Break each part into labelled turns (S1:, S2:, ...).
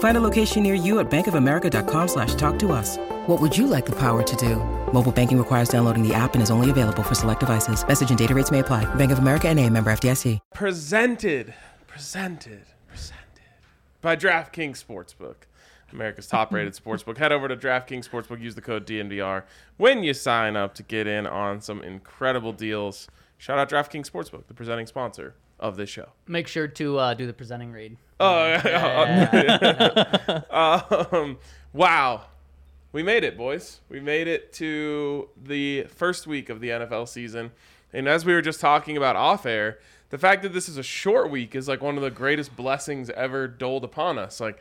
S1: Find a location near you at bankofamerica.com slash talk to us. What would you like the power to do? Mobile banking requires downloading the app and is only available for select devices. Message and data rates may apply. Bank of America and a member FDIC.
S2: presented, presented, presented by DraftKings Sportsbook, America's top-rated sportsbook. Head over to DraftKings Sportsbook. Use the code DNVR when you sign up to get in on some incredible deals. Shout out DraftKings Sportsbook, the presenting sponsor of this show.
S3: Make sure to uh, do the presenting read.
S2: Oh, um, wow. We made it, boys. We made it to the first week of the NFL season. And as we were just talking about off air, the fact that this is a short week is like one of the greatest blessings ever doled upon us. Like,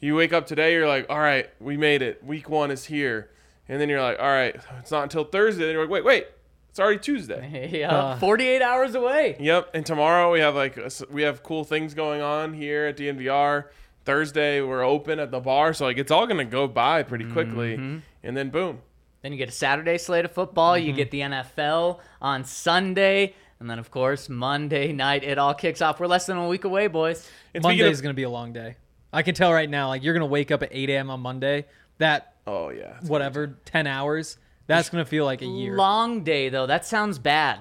S2: you wake up today, you're like, all right, we made it. Week one is here. And then you're like, all right, it's not until Thursday. And you're like, wait, wait, it's already Tuesday.
S3: Yeah,
S2: Uh.
S3: 48 hours away.
S2: Yep. And tomorrow we have like s- we have cool things going on here at DNVR. Thursday we're open at the bar, so like it's all gonna go by pretty quickly. And then boom,
S3: Then you get a Saturday slate of football.
S2: Mm-hmm.
S3: You get the NFL on Sunday. And then, of course, Monday night, it all kicks off. We're less than a week away, boys.
S2: it's
S4: Monday is going to be a long day. I can tell right now. Like you're going to wake up at 8 a.m. on Monday. That
S2: oh yeah, It's-
S4: whatever 10 hours. That's going to feel like a year.
S3: Long day, though. That sounds bad.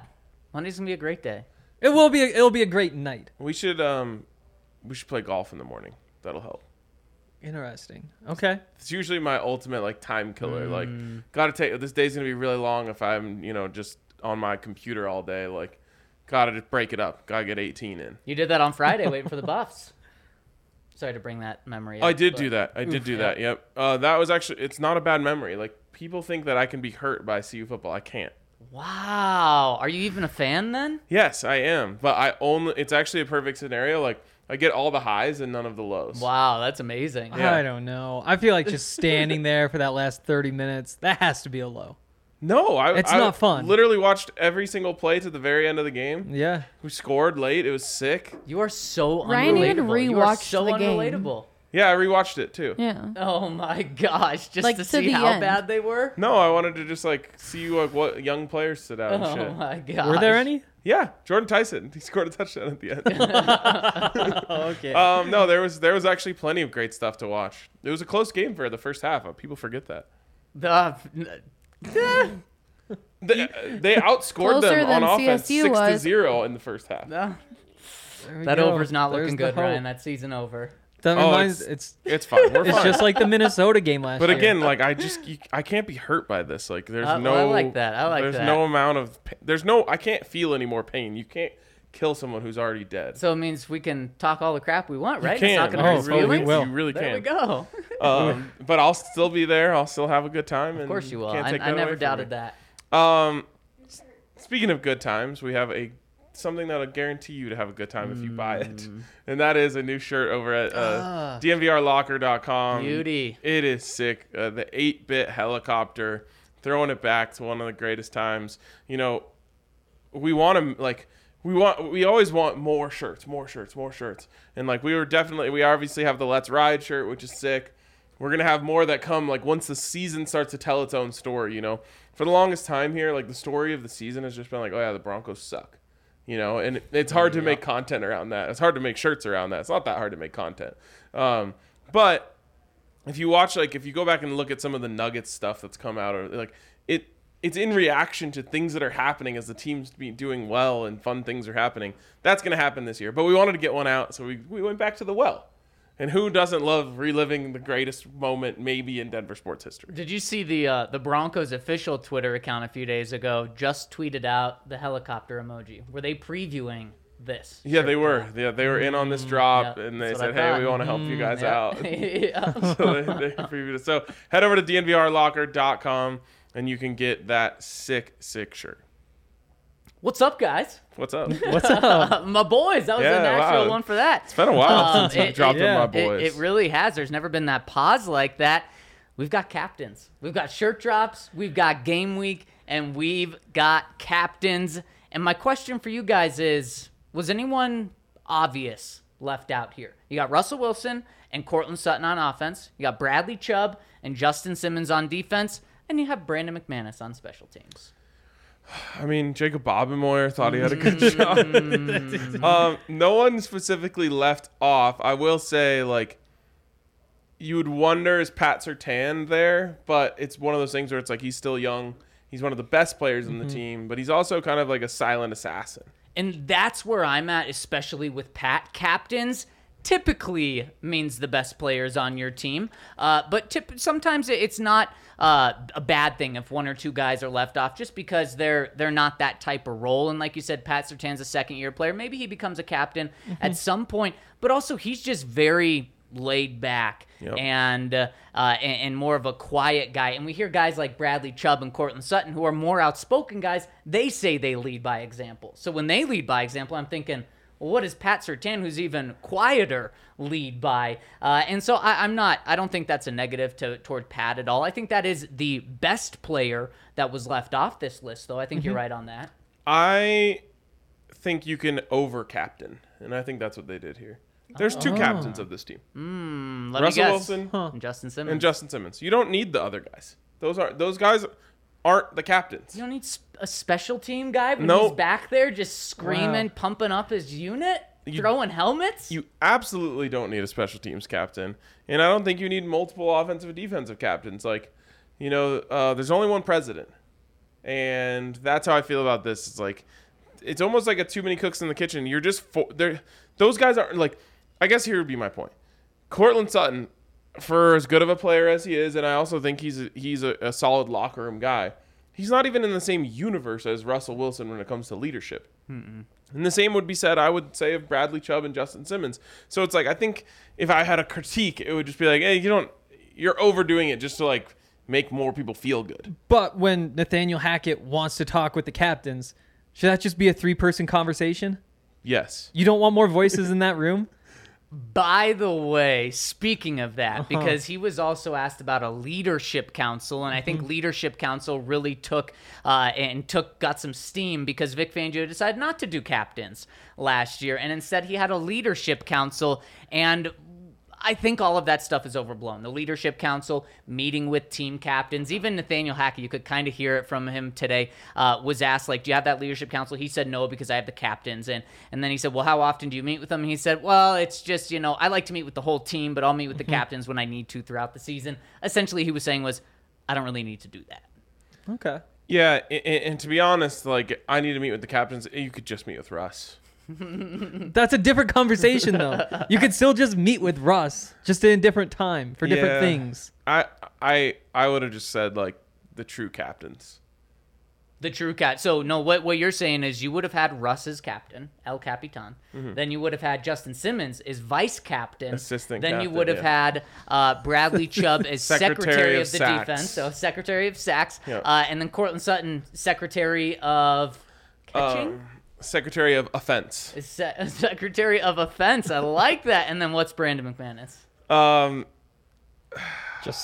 S3: Monday's going to be a great day.
S4: It will be. A, it'll be a great night.
S2: we should um we should play golf in the morning. That'll help.
S4: Interesting. Okay.
S2: It's usually my ultimate like time killer. Like gotta take this day's gonna be really long if I'm you know just on my computer all day. Like gotta just break it up. Gotta get 18 in.
S3: You did that on Friday, waiting for the buffs. Sorry to bring that memory up.
S2: I did
S3: but-
S2: do that. I did do that. Yep. Uh, that was actually. It's not a bad memory. Like people think that I can be hurt by CU football. I can't.
S3: Wow. Are you even a fan then?
S2: Yes, I am. But I only. It's actually a perfect scenario. Like I get all the highs and none of the lows.
S3: Wow, that's amazing.
S2: Yeah.
S4: I don't know. I feel like just standing there for that last 30 minutes. That has to be a low.
S2: No, I.
S4: It's
S2: I
S4: not fun.
S2: Literally watched every single play to the very end of the game.
S4: Yeah.
S2: Who scored late? It was sick.
S3: You are so
S5: Ryan
S3: unrelatable.
S5: even
S3: you are
S5: rewatched
S3: so
S5: the game.
S3: unrelatable.
S2: Yeah, I rewatched it too.
S5: Yeah.
S3: Oh my gosh, just
S5: Like,
S3: to,
S5: to
S3: see
S5: the
S3: how
S5: end.
S3: bad they were.
S2: No, I wanted to just like see like what young players stood out and
S3: Oh
S2: shit.
S3: my gosh.
S4: Were there any?
S2: Yeah, Jordan Tyson. He scored a touchdown at the end.
S3: Oh,
S4: Okay.
S2: um, no, there was there was actually plenty of great stuff to watch. It was a close game for the first half. uh, People forget that.
S3: The, uh,
S2: They, uh, they outscored
S5: Closer
S2: them on
S5: than
S2: offense
S5: CSU
S2: six to
S5: was.
S2: zero in the first half.
S3: that over's not looking good, Ryan. That season over.
S4: That
S2: Oh,
S4: reminds. It's
S2: it's- It's fine. We're
S4: it's
S2: fine.
S4: just like the Minnesota game last
S2: but
S4: year.
S2: again, like I just you, I can't be hurt by this. Like there's
S3: Uh,
S2: no
S3: well, I like that. I like
S2: there's
S3: that.
S2: no amount of pa- there's no I can't feel any more pain. You can't kill someone who's already dead.
S3: So it means we can talk all the crap we want, right?
S2: you can.
S3: It's not going to
S4: Oh,
S2: you
S3: hurt
S4: oh, we
S2: really,
S3: feelings.
S4: will.
S2: You really
S3: There
S2: can.
S3: we go.
S2: Um, but I'll still be there. I'll still have a good time.
S3: Of course you will.
S2: Can't
S3: I,
S2: take
S3: I
S2: that away
S3: never
S2: from me.
S3: doubted that.
S2: Um, s- speaking of good times, we have a something that'll guarantee you to have a good time if you buy it,
S3: Mm.
S2: and that is a new shirt over at uh, DMVRLocker.com.
S3: Ah. Beauty.
S2: it is sick. Uh, the eight-bit helicopter, throwing it back to one of the greatest times. You know, we want to like we want we always want more shirts, more shirts, more shirts. And like we were definitely we obviously have the Let's Ride shirt, which is sick. We're gonna have more that come like once the season starts to tell its own story. You know, for the longest time here, like the story of the season has just been like, oh yeah, the Broncos suck. You know, and it- it's hard to make content around that. It's hard to make shirts around that. It's not that hard to make content. Um, but if you watch like if you go back and look at some of the Nuggets stuff that's come out or like it it's in reaction to things that are happening as the team's be doing well and fun things are happening. That's going to happen this year. But we wanted to get one out, so we we went back to the well. And who doesn't love reliving the greatest moment maybe in Denver sports history?
S3: Did you see the uh, the Broncos official Twitter account a few days ago just tweeted out the helicopter emoji? Were they previewing this.
S2: Yeah, they were. Yeah, they were in on this drop,
S3: Mm, yeah,
S2: and they
S3: that's what I
S2: said, "Hey, we
S3: thought. Mm,
S2: want to help you guys out."
S3: yeah.
S2: so, they, they previewed it. so head over to dnvrlocker.com and you can get that sick, sick shirt.
S3: What's up, guys?
S2: What's up?
S4: What's up?
S3: Uh, my boys. That was
S2: Yeah,
S3: a natural
S2: wow.
S3: one for that.
S2: It's been a while
S3: Um,
S2: since we
S3: it-
S2: dropped
S4: yeah.
S2: on my
S4: It-
S3: It,
S2: boys.
S3: it really has. There's never been that pause like that. We've got captains. We've got shirt drops. We've got game week, and we've got captains. And my question for you guys is: Was anyone obvious left out here? You got Russell Wilson and Cortland Sutton on offense. You got Bradley Chubb and Justin Simmons on defense, and you have Brandon McManus on special teams.
S2: I mean, Jacob Bobbinmoyer thought he had a good shot.
S3: Mm.
S2: um, no one specifically left off. I will say, like, you would wonder is Pat Sertan there, but it's one of those things where it's like he's still young. He's one of the best players in
S3: Mm-hmm.
S2: the team, but he's also kind of like a silent assassin.
S3: And that's where I'm at, especially with Pat. Captains typically means the best players on your team, uh, but tip- sometimes it- it's not uh, a bad thing if one or two guys are left off, just because they're they're not that type of role. And like you said, Pat Sertan's a second year player. Maybe he becomes a captain at some point, but also he's just very laid back
S2: Yep.
S3: and, uh, uh, and and more of a quiet guy. And we hear guys like Bradley Chubb and Cortland Sutton, who are more outspoken guys. They say they lead by example. So when they lead by example, I'm thinking, well, what does Pat Sertan, who's even quieter, lead by? Uh, and so I, I'm not. I don't think that's a negative to toward Pat at all. I think that is the best player that was left off this list, though. I think
S2: Mm-hmm.
S3: you're right on that.
S2: I think you can over captain, and I think that's what they did here. There's two captains of this team,
S3: Oh. Mm, let
S2: Russell
S3: me guess.
S2: Wilson
S3: and Justin Simmons.
S2: and Justin Simmons. You don't need the other guys. Those are those guys aren't the captains.
S3: You don't need sp- a special team guy when
S2: No.
S3: he's back there just screaming, pumping up his unit, throwing helmets.
S2: You absolutely don't need a special teams captain, and I don't think you need multiple offensive and defensive captains. Like, you know, uh, there's only one president, and that's how I feel about this. It's like, it's almost like a too many cooks in the kitchen. You're just for, there. Those guys aren't like. I guess here would be my point. Cortland Sutton, for as good of a player as he is, and I also think he's a, he's a, a solid locker room guy. He's not even in the same universe as Russell Wilson when it comes to leadership. And the same would be said, I would say, of Bradley Chubb and Justin Simmons. So it's like I think if I had a critique, it would just be like, hey, you don't, you're overdoing it just to like make more people feel good.
S4: But when Nathaniel Hackett wants to talk with the captains, should that just be a three person conversation?
S2: Yes.
S4: You don't want more voices in that room?
S3: By the way, speaking of that, because he was also asked about a leadership council, and I think leadership council really took uh, and took got some steam because Vic Fangio decided not to do captains last year, and instead he had a leadership council and. I think all of that stuff is overblown. The leadership council meeting with team captains, even Nathaniel Hackett, you could kind of hear it from him today. Uh, was asked like, "Do you have that leadership council?" He said, "No, because I have the captains." And and then he said, "Well, how often do you meet with them?" And he said, "Well, it's just you know, I like to meet with the whole team, but I'll meet with the captains when I need to throughout the season." Essentially, he was saying was, "I don't really need to do that."
S4: Okay.
S2: Yeah. And, and to be honest, like I need to meet with the captains. You could just meet with Russ.
S4: That's a different conversation, though. you could still just meet with Russ, just in a different time for different
S2: Yeah.
S4: things.
S2: I I I would have just said like the true captains.
S3: The true cat. So no, what what you're saying is you would have had Russ as captain, El Capitan.
S2: Mm-hmm.
S3: Then you would have had Justin Simmons as vice captain,
S2: Assistant
S3: Then you
S2: captain,
S3: would have
S2: yeah.
S3: had uh, Bradley Chubb as secretary,
S2: Secretary
S3: of,
S2: of
S3: the
S2: Sacks.
S3: defense, so secretary of sacks,
S2: Yeah.
S3: uh, and then Cortland Sutton secretary of catching.
S2: Um, Secretary of Offense.
S3: Se- secretary of offense. I like that. And then what's Brandon McManus?
S2: Um,
S4: Just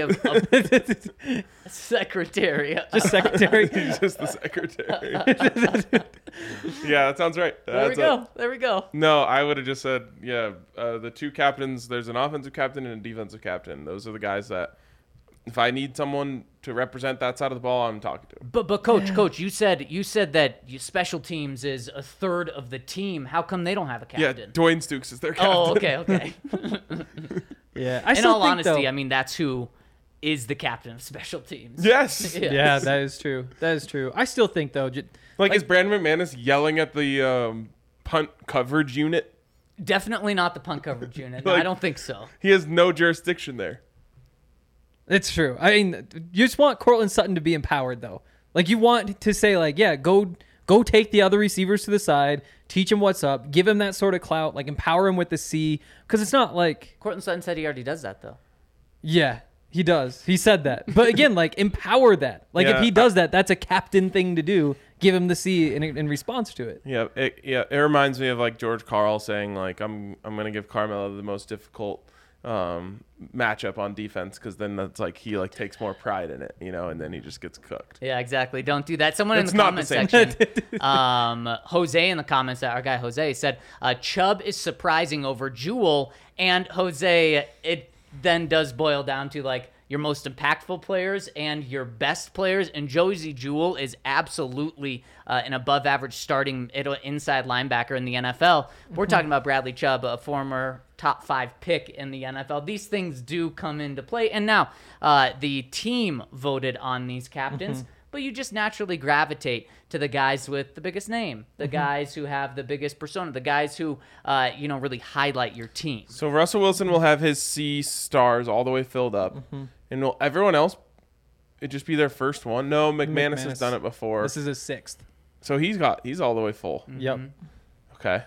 S3: Secretary of, of secretary.
S4: just secretary.
S2: just the secretary. yeah, that sounds right.
S3: there
S2: That's
S3: we
S2: it.
S3: go. There we go.
S2: No, I would have just said, yeah, uh, the two captains, there's an offensive captain and a defensive captain. Those are the guys that, if I need someone to represent that side of the ball, I'm talking to. 'em.
S3: But but coach, coach, you said you said that you, special teams is a third of the team. How come they don't have a
S2: Yeah,
S3: captain?
S2: Dwayne Stukes is their captain.
S3: oh, okay, okay.
S4: yeah. I
S3: In
S4: still
S3: all
S4: think,
S3: honesty,
S4: though-
S3: I mean that's who is the captain of special teams.
S2: Yes.
S4: yeah, that is true. That is true. I still think though, ju-
S2: Like, is Brandon McManus yelling at the um, punt coverage unit?
S3: Definitely not the punt coverage unit. No, I
S2: Like-
S3: don't think so.
S2: He has no jurisdiction there.
S4: It's true. I mean, you just want Cortland Sutton to be empowered, though. Like you want to say, like, yeah, go Go take the other receivers to the side, teach him what's up, give him that sort of clout, like empower him with the C. Because it's not like,
S3: Cortland Sutton said he already does that though.
S4: yeah, he does. He said that. But again, like empower that. Like
S2: Yeah,
S4: if he does that, that's a captain thing to do. Give him the C in, in response to it.
S2: Yeah, it, yeah. It reminds me of like George Carl saying like I'm I'm gonna give Carmelo the most difficult um, matchup on defense because then that's like he like takes more pride in it, you know, and then he just gets cooked.
S3: Yeah, exactly. Don't do that. Someone
S2: It's
S3: in the
S2: not the
S3: comment
S2: same.
S3: section, um, Jose in the comments, our guy Jose said, uh, Chubb is surprising over Jewel, and Jose, it then does boil down to like your most impactful players and your best players, and Josie Jewel is absolutely uh, an above-average starting middle- inside linebacker in the NFL. We're talking about Bradley Chubb, a former top five pick in the NFL. These things do come into play. And now uh, the team voted on these captains, but you just naturally gravitate to the guys with the biggest name,
S4: Mm-hmm.
S3: the guys who have the biggest persona, the guys who, uh, you know, really highlight your team.
S2: So Russell Wilson will have his C stars all the way filled up,
S4: Mm-hmm.
S2: and will everyone else it just be their first one? No, McManus, has
S4: McManus.
S2: done it before,
S4: This is a sixth.
S2: so he's got he's all the way full.
S4: Yep.
S2: Okay.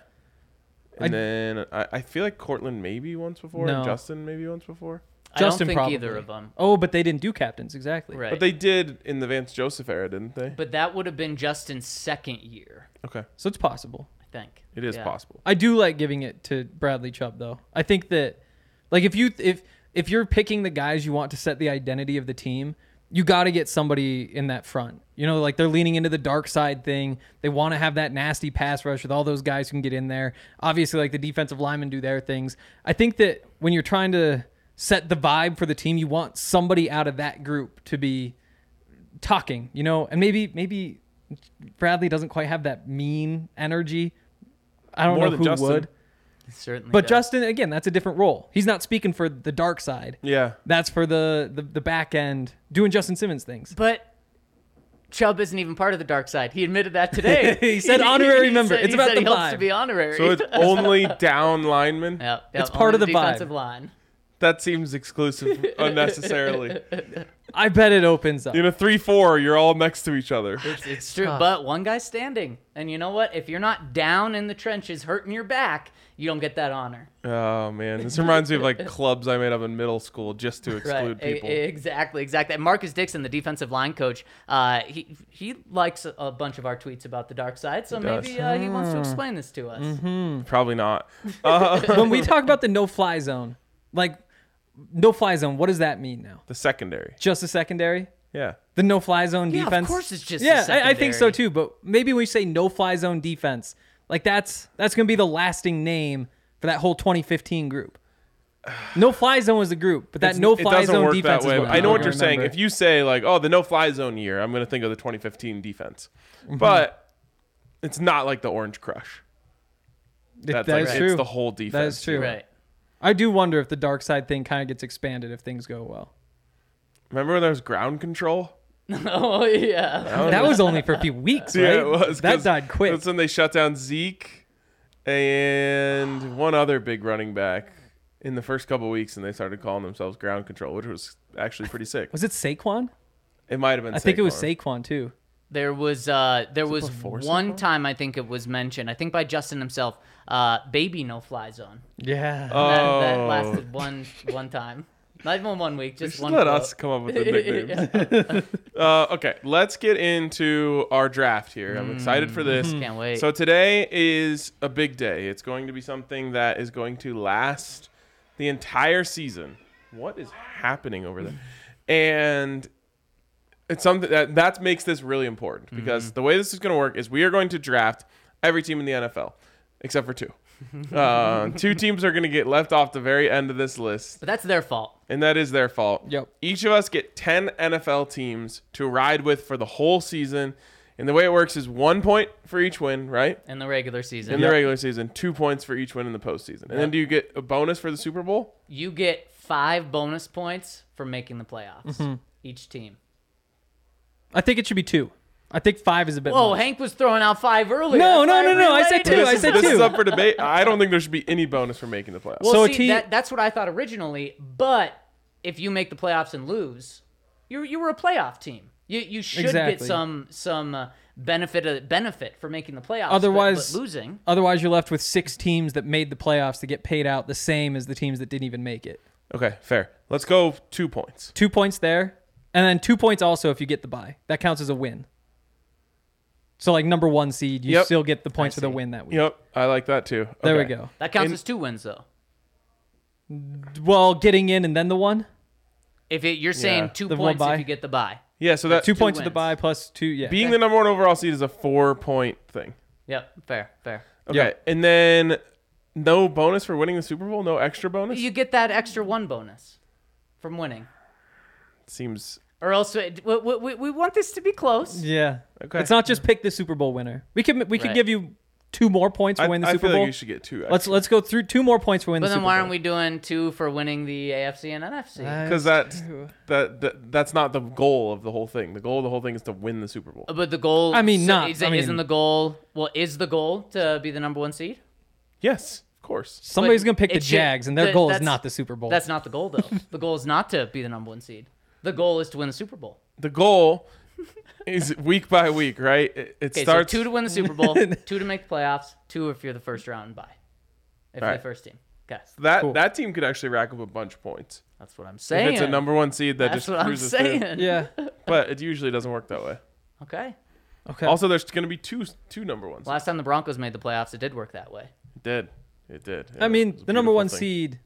S2: And
S4: I-
S2: then I, I feel like Cortland maybe once before,
S4: No.
S2: and Justin maybe once before.
S3: I don't
S4: Justin
S3: think
S4: probably.
S3: either of them.
S4: Oh, but they didn't do captains exactly.
S3: Right.
S2: But they did in the Vance Joseph era, didn't they?
S3: but that would have been Justin's second year,
S2: Okay.
S4: So it's possible.
S3: I think.
S2: It is
S3: Yeah.
S2: possible.
S4: I do like giving it to Bradley Chubb though. I think that like if you if if you're picking the guys you want to set the identity of the team, you got to get somebody in that front. You know, like they're leaning into the dark side thing. They want to have that nasty pass rush with all those guys who can get in there. Obviously, like the defensive linemen do their things. I think that when you're trying to set the vibe for the team, you want somebody out of that group to be talking, you know, and maybe maybe Bradley doesn't quite have that mean energy. I don't
S2: More
S4: know
S2: than
S4: who
S2: Justin.
S4: would.
S3: Certainly.
S4: But
S3: does.
S4: Justin, again, that's a different role. He's not speaking for the dark side.
S2: Yeah.
S4: That's for the, the the back end doing Justin Simmons things.
S3: But Chubb isn't even part of the dark side. He admitted that today.
S4: He said honorary member.
S3: said-
S4: It's
S3: he
S4: about
S3: said
S4: the
S3: he hopes to
S4: vibe.
S3: be honorary.
S2: So it's only down linemen.
S3: Yep,
S4: It's
S3: yep,
S4: part
S3: only
S4: of the vibe.
S3: defensive line.
S2: That seems exclusive unnecessarily.
S4: I bet it opens up.
S2: In a three-four, you're all next to each other.
S3: It's true, but one guy's standing, and you know what? If you're not down in the trenches, hurting your back, you don't get that honor.
S2: Oh man, this reminds me of like clubs I made up in middle school just to exclude
S3: E-
S2: people.
S3: exactly, exactly. And Marcus Dixon, the defensive line coach, uh, he he likes a, a bunch of our tweets about the dark side, so
S2: does.
S3: maybe uh, he wants to explain this to us.
S2: Probably not.
S4: when we talk about the no fly zone, like no fly zone, what does that mean now?
S2: The secondary.
S4: Just a secondary?
S2: Yeah.
S4: The no fly zone
S3: Yeah, of
S4: defense.
S3: course it's just a
S4: Yeah, I, I think so
S3: secondary.
S4: too. But maybe when we say no fly zone defense, like that's that's gonna be the lasting name for that whole 2015 group. No fly zone was the group, but that
S2: It's-
S4: no
S2: it
S4: fly
S2: doesn't
S4: zone
S2: work
S4: defense.
S2: that way.
S4: Is what
S2: I know
S4: people
S2: what
S4: are
S2: you're
S4: gonna
S2: saying.
S4: remember.
S2: If you say like, "Oh, the no-fly zone year," I'm going to think of the 2015 defense,
S4: Mm-hmm.
S2: but it's not like the Orange Crush. That's
S4: that
S2: like,
S4: is
S2: it's
S4: true.
S2: the whole defense.
S4: That is true.
S3: Right.
S4: I do wonder if the dark side thing kind of gets expanded if things go well.
S2: Remember when there was ground control?
S3: Oh yeah.
S4: That was only for a few weeks, right?
S2: Yeah, it was.
S4: That
S2: 'cause
S4: died quick.
S2: That's when they shut down Zeke and one other big running back in the first couple weeks, and they started calling themselves ground control, which was actually pretty sick.
S4: Was it Saquon?
S2: It might have been.
S4: I think it was
S2: Saquon.
S4: Saquon too.
S3: There was uh there was
S2: before
S3: one time I think it was mentioned, I think by Justin himself, uh baby no fly zone. That,
S4: Yeah.
S3: that
S2: Oh.
S3: lasted one one time. Not even one week, just
S2: Just
S3: one
S2: let
S3: quote.
S2: us come up with the nicknames. uh, okay, let's get into our draft here. I'm excited for this.
S4: Mm-hmm.
S3: Can't wait.
S2: So today is a big day. It's going to be something that is going to last the entire season. What is happening over there? And it's something that that makes this really important because
S4: Mm-hmm.
S2: the way this is going to work is we are going to draft every team in the NFL except for two. uh, two teams are going to get left off the very end of this list
S3: But that's their fault.
S2: and that is their fault.
S4: Yep.
S2: Each of us get 10 NFL teams to ride with for the whole season. And the way it works is one point for each win, right?
S3: in the regular season.
S2: In the regular season, two points for each win in the postseason. And then do you get a bonus for the Super Bowl?
S3: you get five bonus points for making the playoffs.
S4: Mm-hmm.
S3: Each team.
S4: I think it should be two. I think five is a bit.
S3: Whoa,
S4: much.
S3: Oh, Hank was throwing out five earlier.
S4: No,
S3: That's
S4: no,
S3: why
S4: no, no, I said
S3: relayed
S4: two,
S3: it.
S4: I
S2: This is-
S4: said
S2: this
S4: two.
S2: is up for debate. I don't think there should be any bonus for making the playoffs.
S3: Well,
S4: So a
S3: see,
S4: team-
S3: that, that's what I thought originally. But if you make the playoffs and lose, you you were a playoff team. You you should
S4: Exactly.
S3: get some some uh, benefit benefit for making the playoffs. but-
S4: Otherwise,
S3: but losing.
S4: Otherwise, you're left with six teams that made the playoffs to get paid out the same as the teams that didn't even make it.
S2: Okay, fair. Let's go two points.
S4: Two points there, and then two points also if you get the bye. That counts as a win. So like number one seed, you
S2: Yep.
S4: still get the points for the win that week.
S2: Yep, I like that too.
S4: There we
S2: Okay.
S4: go.
S3: That counts
S2: And-
S3: as two wins though.
S4: Well, getting in and then the one.
S3: If it, you're saying
S2: Yeah.
S3: two
S4: The one
S3: points
S4: bye.
S3: if you get the bye.
S2: Yeah, so that
S4: Two, points at
S3: wins.
S4: the bye plus two. Yeah.
S2: being the number one overall seed is a four point thing.
S3: Yep, fair, fair.
S2: Okay,
S4: Yep.
S2: and then no bonus for winning the Super Bowl, no extra bonus.
S3: You get that extra one bonus from winning.
S2: Seems
S3: Or else it, we, we- we, we want this to be close.
S4: yeah.
S2: Okay.
S4: It's not just pick the Super Bowl winner. We can we can
S3: Right.
S4: give you two more points
S2: I,
S4: for win the
S2: I
S4: Super
S2: feel
S4: Bowl.
S2: like you should get two.
S4: let's let's go through two more points for win
S3: But
S4: the
S3: then
S4: Super
S3: why
S4: Bowl.
S3: aren't we doing two for winning the AFC and NFC?
S2: because that, that that that's not the goal of the whole thing. The goal of the whole thing is to win the Super
S4: Oh.
S2: Bowl.
S3: Uh, but the goal.
S4: I mean,
S3: so
S4: not-
S3: Is
S4: I mean-
S3: not the goal? Well, is the goal to be the number one seed?
S2: Yes, of course.
S4: Somebody's
S3: But
S4: gonna pick the
S3: it should-
S4: Jags, and their
S3: that-
S4: goal is
S3: that's-
S4: not the Super Bowl.
S3: That's not the goal, though. the goal is not to be the number one seed. The goal is to win the Super Bowl.
S2: The goal is week by week, right? It, it
S3: Okay,
S2: starts
S3: so two to win the Super Bowl, two to make the playoffs, two if you're the first round by, if you're
S2: Alright.
S3: the first team. Okay,
S2: that that team could actually rack up a bunch of points.
S3: that's what I'm saying.
S2: If it's a number one seed that
S3: That's
S2: just
S3: what I'm
S2: cruises through.
S3: saying.
S4: yeah.
S2: but it usually doesn't work that way.
S3: Okay.
S4: Okay.
S2: Also, there's going to be two two number ones.
S3: Last time the Broncos made the playoffs, it did work that way.
S2: It did. It did. It
S4: I mean,
S2: was a
S4: the number
S2: beautiful
S4: one
S2: thing.
S4: seed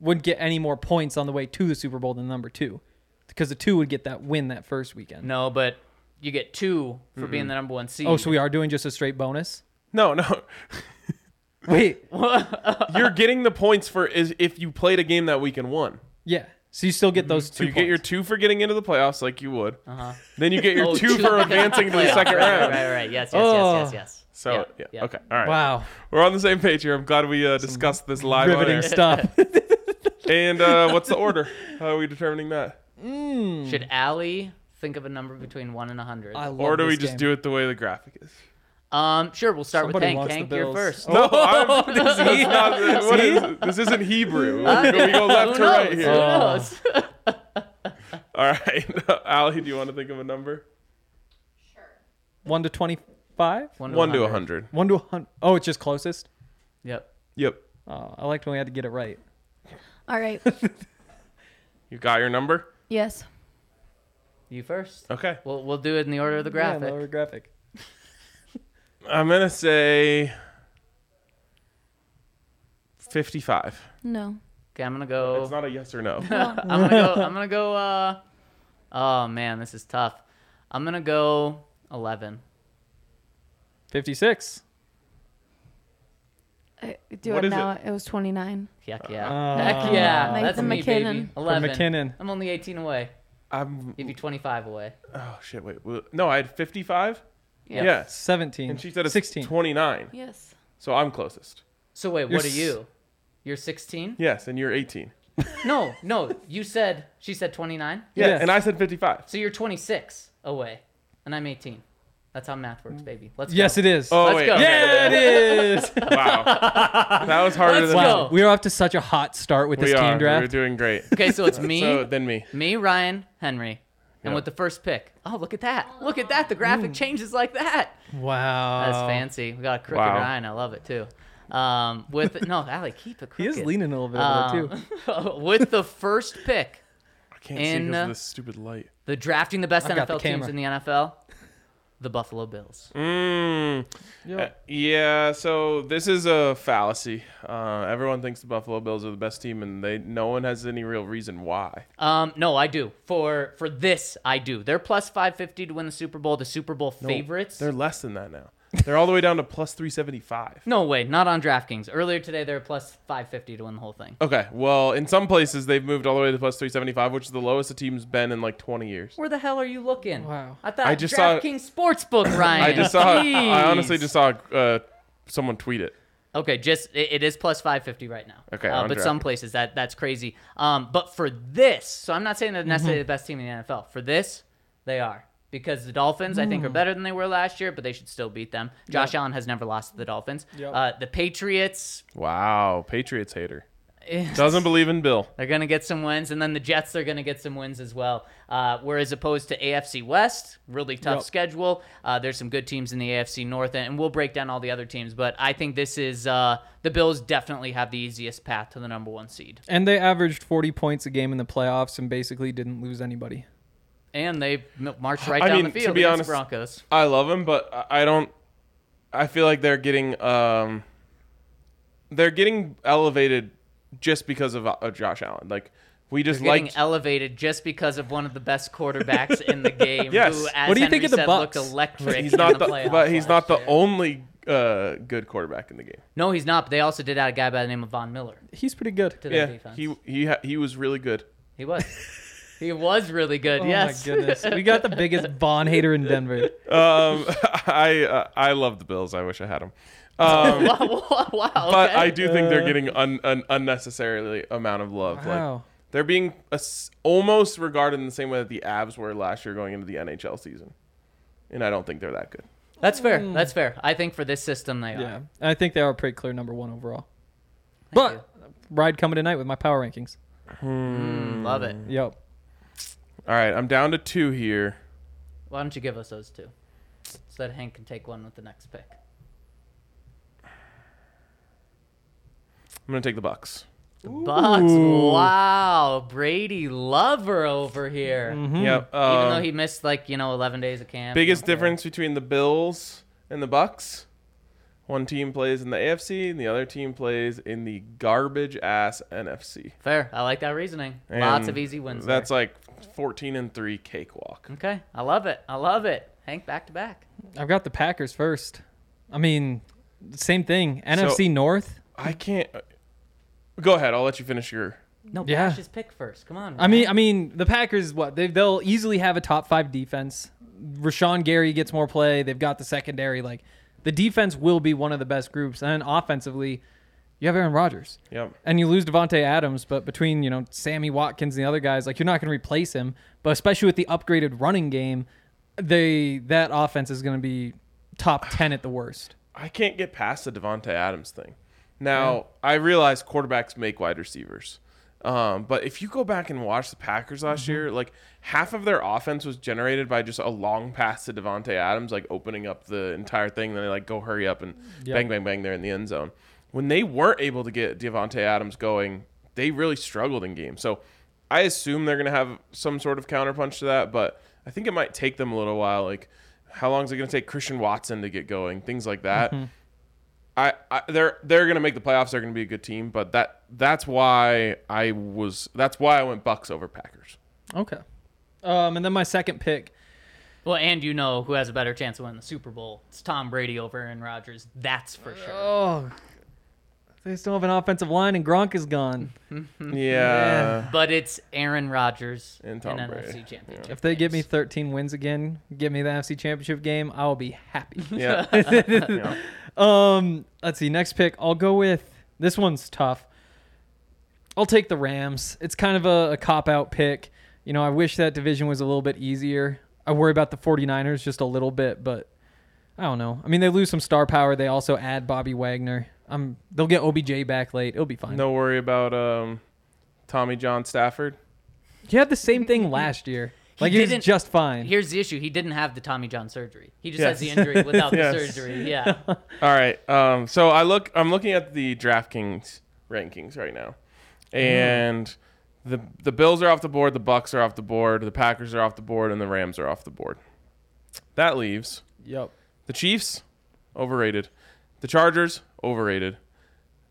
S4: would get any more points on the way to the Super Bowl than number two, because the two would get that win that first weekend.
S3: No, but you get two for being the number one seed.
S4: Oh, so we are doing just a straight bonus.
S2: No, no.
S4: Wait,
S3: Oh,
S2: You're getting the points for is if you played a game that week and won.
S4: yeah. So you still get those
S2: Mm-hmm.
S4: two.
S2: So you get your
S4: points.
S2: two for getting into the playoffs, like you would. Then you get your
S3: Oh,
S2: two
S3: two
S2: for
S3: because of
S2: advancing to the
S3: playoffs.
S2: second
S3: right, right,
S2: round.
S3: Right, right, yes, yes, yes, yes, yes.
S2: So yeah, okay, all right.
S4: wow,
S2: We're on the same page here. I'm glad we uh, discussed this live on air.
S4: riveting stuff.
S2: And uh, what's the order? How are we determining that?
S3: Should Allie think of a number between one and a hundred?
S4: I love
S2: Or do we
S4: this
S2: just
S4: game.
S2: do it the way the graphic is?
S3: Um, sure. We'll start
S4: Somebody
S3: with
S4: wants
S3: Hank. Hank,
S4: the
S3: you're
S4: Bills.
S3: first.
S2: No, I'm, this, is not, what is, this isn't Hebrew. We go, we go left
S3: Who
S2: to right
S3: knows?
S2: here.
S3: Who knows?
S2: All right, Ali, do you want to think of a number?
S4: one to twenty-five?
S2: One to a hundred.
S4: One to a hundred. Oh, it's just closest.
S3: Yep.
S2: Yep.
S4: Oh, I liked when we had to get it right.
S5: All right.
S2: You got your number.
S5: yes.
S3: You first.
S2: Okay.
S3: We'll we'll do it in the order of the
S4: Yeah,
S3: graphic.
S4: lower graphic.
S2: I'm gonna say fifty-five.
S5: No.
S3: okay, I'm gonna go.
S2: It's not a yes or no.
S3: I'm gonna go. I'm gonna go. Uh, oh man, this is tough. I'm gonna go eleven.
S4: Fifty-six.
S5: I, do
S2: What
S5: it
S2: is
S5: now. It? was 29.
S3: Heck yeah. Heck yeah. That's
S5: Nathan
S3: me,
S5: McKinnon.
S3: baby.
S5: From
S3: Eleven.
S4: McKinnon.
S3: I'm only 18 away.
S2: I'm.
S3: Give you 25 away.
S2: Oh shit! Wait. well, No, I had fifty-five.
S3: Yeah.
S2: Yes.
S4: Seventeen.
S2: And she said it's
S4: sixteen.
S2: twenty-nine.
S5: Yes.
S2: So I'm closest.
S3: So wait,
S4: You're
S3: what are
S4: s-
S3: you? You're 16?
S2: Yes, and you're eighteen.
S3: No, no. You said she said 29.
S2: Yeah.
S4: Yes.
S2: And I said fifty-five.
S3: So you're 26 away, and I'm 18. That's how math works, baby. Let's go.
S4: Yes, it is.
S2: Oh
S3: Let's
S2: wait.
S3: go.
S4: yeah, it is.
S2: Wow. that was harder
S3: Let's
S2: than
S3: go.
S4: Wow, we are off to such a hot start with
S2: we
S4: this
S2: are.
S4: team draft.
S2: We're doing great.
S3: Okay, so it's me,
S2: So then me.
S3: me, Ryan, Henry, and
S2: Yeah.
S3: with the first pick. Oh, look at that! Look at that! The graphic changes like that.
S4: Wow.
S3: That's fancy. We got a crooked
S2: Wow.
S3: Ryan. I love it too. Um, with no, Allie, keep it.
S4: He
S3: Crooked.
S4: is leaning a little bit over there too.
S3: Um, with the first pick,
S2: I can't see
S3: In,
S2: 'cause
S3: uh,
S2: of this stupid light.
S3: the drafting the best
S4: I've got the
S3: NFL teams
S4: camera.
S3: in the NFL, the Buffalo Bills.
S2: Mm. Uh, yeah, so this is a fallacy. Uh, everyone thinks the Buffalo Bills are the best team, and they no one has any real reason why.
S3: Um, no, I do for for this. I do. They're plus 550 to win the Super Bowl. The Super Bowl favorites.
S2: They're less than that now. They're all the way down to plus three seventy five.
S3: No way, not on DraftKings. Earlier today, they were plus 550 to win the whole thing.
S2: Okay, well, in some places they've moved all the way to plus three seventy five, which is the lowest the team's been in like twenty years.
S3: Where the hell are you looking?
S4: Wow.
S3: I thought
S2: I
S3: I
S2: just
S3: just
S2: saw-
S3: DraftKings Sportsbook, Ryan.
S2: I just saw.
S3: Jeez.
S2: I honestly just saw uh, someone tweet it.
S3: Okay, just it, it is plus 550 right now.
S2: Okay,
S3: uh,
S2: on
S3: but some
S2: DraftKings.
S3: places that that's crazy. Um, but for this, so I'm not saying they're necessarily the best team in the NFL. For this, they are because the Dolphins I think are better than they were last year, but they should still beat them. Josh Allen has never lost to the Dolphins. Uh, the Patriots,
S2: Wow, Patriots hater. Doesn't believe in Bill.
S3: They're going to get some wins, and then the Jets are going to get some wins as well. Uh, whereas opposed to AFC West, really tough schedule. Uh, there's some good teams in the AFC North, and and we'll break down all the other teams. But I think this is uh, the Bills definitely have the easiest path to the number one seed,
S4: And they averaged 40 points a game in the playoffs and basically didn't lose anybody.
S3: and they m- march right
S2: I
S3: down
S2: mean,
S3: the
S2: to
S3: field
S2: be
S3: against
S2: honest,
S3: the Broncos.
S2: I love him, but I- I don't. I feel like they're getting um, they're getting elevated just because of uh, Josh Allen. Like we just
S3: Getting
S2: like
S3: elevated just because of one of the best quarterbacks in the game.
S2: Yes.
S3: Who, as
S4: What do you think
S3: Henry
S4: of the
S3: said, looked
S4: Bucks?
S3: electric.
S2: he's
S3: in
S2: not
S3: the,
S2: the,
S3: playoffs
S2: but he's not
S3: last
S2: the
S3: year.
S2: only uh, good quarterback in the game.
S3: No, he's not. But they also did add a guy by the name of Von Miller
S4: He's pretty good.
S3: to their
S2: Yeah,
S3: defense.
S2: he he ha- he was really good.
S3: He was. he was really good. yes.
S4: Oh my goodness. We got the biggest Vaughn hater in Denver.
S2: Um, I uh, I love the Bills. I wish I had them. Um,
S3: wow. wow, wow,
S2: but
S3: okay.
S2: I do think they're getting un- an unnecessarily amount of love. Like
S4: Wow.
S2: they're being as- almost regarded in the same way that the Abs were last year going into the NHL season, and I don't think they're that good.
S3: That's fair. That's fair. I think for this system they
S4: Hmm. Yeah.
S3: are.
S4: I think they are pretty clear number one overall. but ride coming tonight with my power rankings.
S3: Love it.
S2: Hmm.
S4: Yep.
S2: All right, I'm down to two here.
S3: Why don't you give us those two? So that Hank can take one with the next pick.
S2: I'm gonna take the Bucks.
S3: The Bucks. Wow. Brady lover over here.
S4: Mm-hmm.
S2: Yep.
S3: Hmm. Even though
S2: um,
S3: he missed like, you know, eleven days of camp.
S2: biggest
S3: you know,
S2: difference between the Bills and the Bucks. One team plays in the AFC and the other team plays in the garbage ass NFC.
S3: Fair. I like that reasoning. Lots
S2: And
S3: of easy wins.
S2: That's
S3: That's
S2: like 14 and 3 cakewalk.
S3: okay. I love it. I love it. Hank back to back.
S4: I've got the Packers first. I mean, same thing. NFC North.
S2: I can't. Go ahead. I'll let you finish your.
S3: No,
S4: Yeah.
S3: yeah. Bash's pick first. Come on.
S4: I mean, I mean, the Packers. What they, they'll easily have a top five defense. Rashawn Gary gets more play. They've got the secondary. Like the defense will be one of the best groups. And then offensively, you have Aaron Rodgers.
S2: Yep.
S4: And you lose Devonte Adams, but between you know Sammy Watkins and the other guys, like you're not going to replace him. But especially with the upgraded running game, they that offense is going to be top ten at the worst.
S2: I can't get past the Devonte Adams thing. Now I realize quarterbacks make wide receivers, um, but if you go back and watch the Packers last year, like half of their offense was generated by just a long pass to Devonte Adams, like opening up the entire thing. Then they like go hurry up and bang bang bang, they're in the end zone. When they weren't able to get Devonte Adams going, they really struggled in games. So I assume they're gonna have some sort of counterpunch to that, but I think it might take them a little while. Like how long is it going to take Christian Watson to get going? Things like that. I, I they're they're going to make the playoffs. They're going to be a good team, but that that's why I was that's why I went Bucks over Packers.
S4: Okay. Um, and then my second pick.
S3: Well, and you know who has a better chance of winning the Super Bowl? It's Tom Brady over Aaron Rodgers. That's for sure.
S4: Oh, they still have an offensive line, and Gronk is gone.
S2: Yeah.
S3: But it's Aaron Rodgers
S2: And Tom
S3: in
S2: Brady.
S3: NFC Championship.
S4: If they
S3: games.
S4: give me 13 wins again, give me the NFC Championship game, I will be happy.
S2: Yeah. Yeah.
S4: um, let's see. Next pick, I'll go with this one's tough. I'll take the Rams. It's kind of a, a cop out pick. You know, I wish that division was a little bit easier. I worry about the 49ers just a little bit, but I don't know. I mean, they lose some star power. They also add Bobby Wagner. Um, they'll get OBJ back late. It'll be fine.
S2: No worry about um, Tommy John Stafford.
S4: He had the same thing last year. Like he was
S3: didn't-
S4: just fine.
S3: Here's the issue: he didn't have the Tommy John surgery. He just has the
S2: Yes.
S3: injury without
S2: Yes.
S3: the surgery. Yeah.
S2: All right. Um, so I look. I'm looking at the DraftKings rankings right now, and the the Bills are off the board. The Bucks are off the board. The Packers are off the board, and the Rams are off the board. That leaves
S4: Yep.
S2: the Chiefs overrated. The Chargers overrated.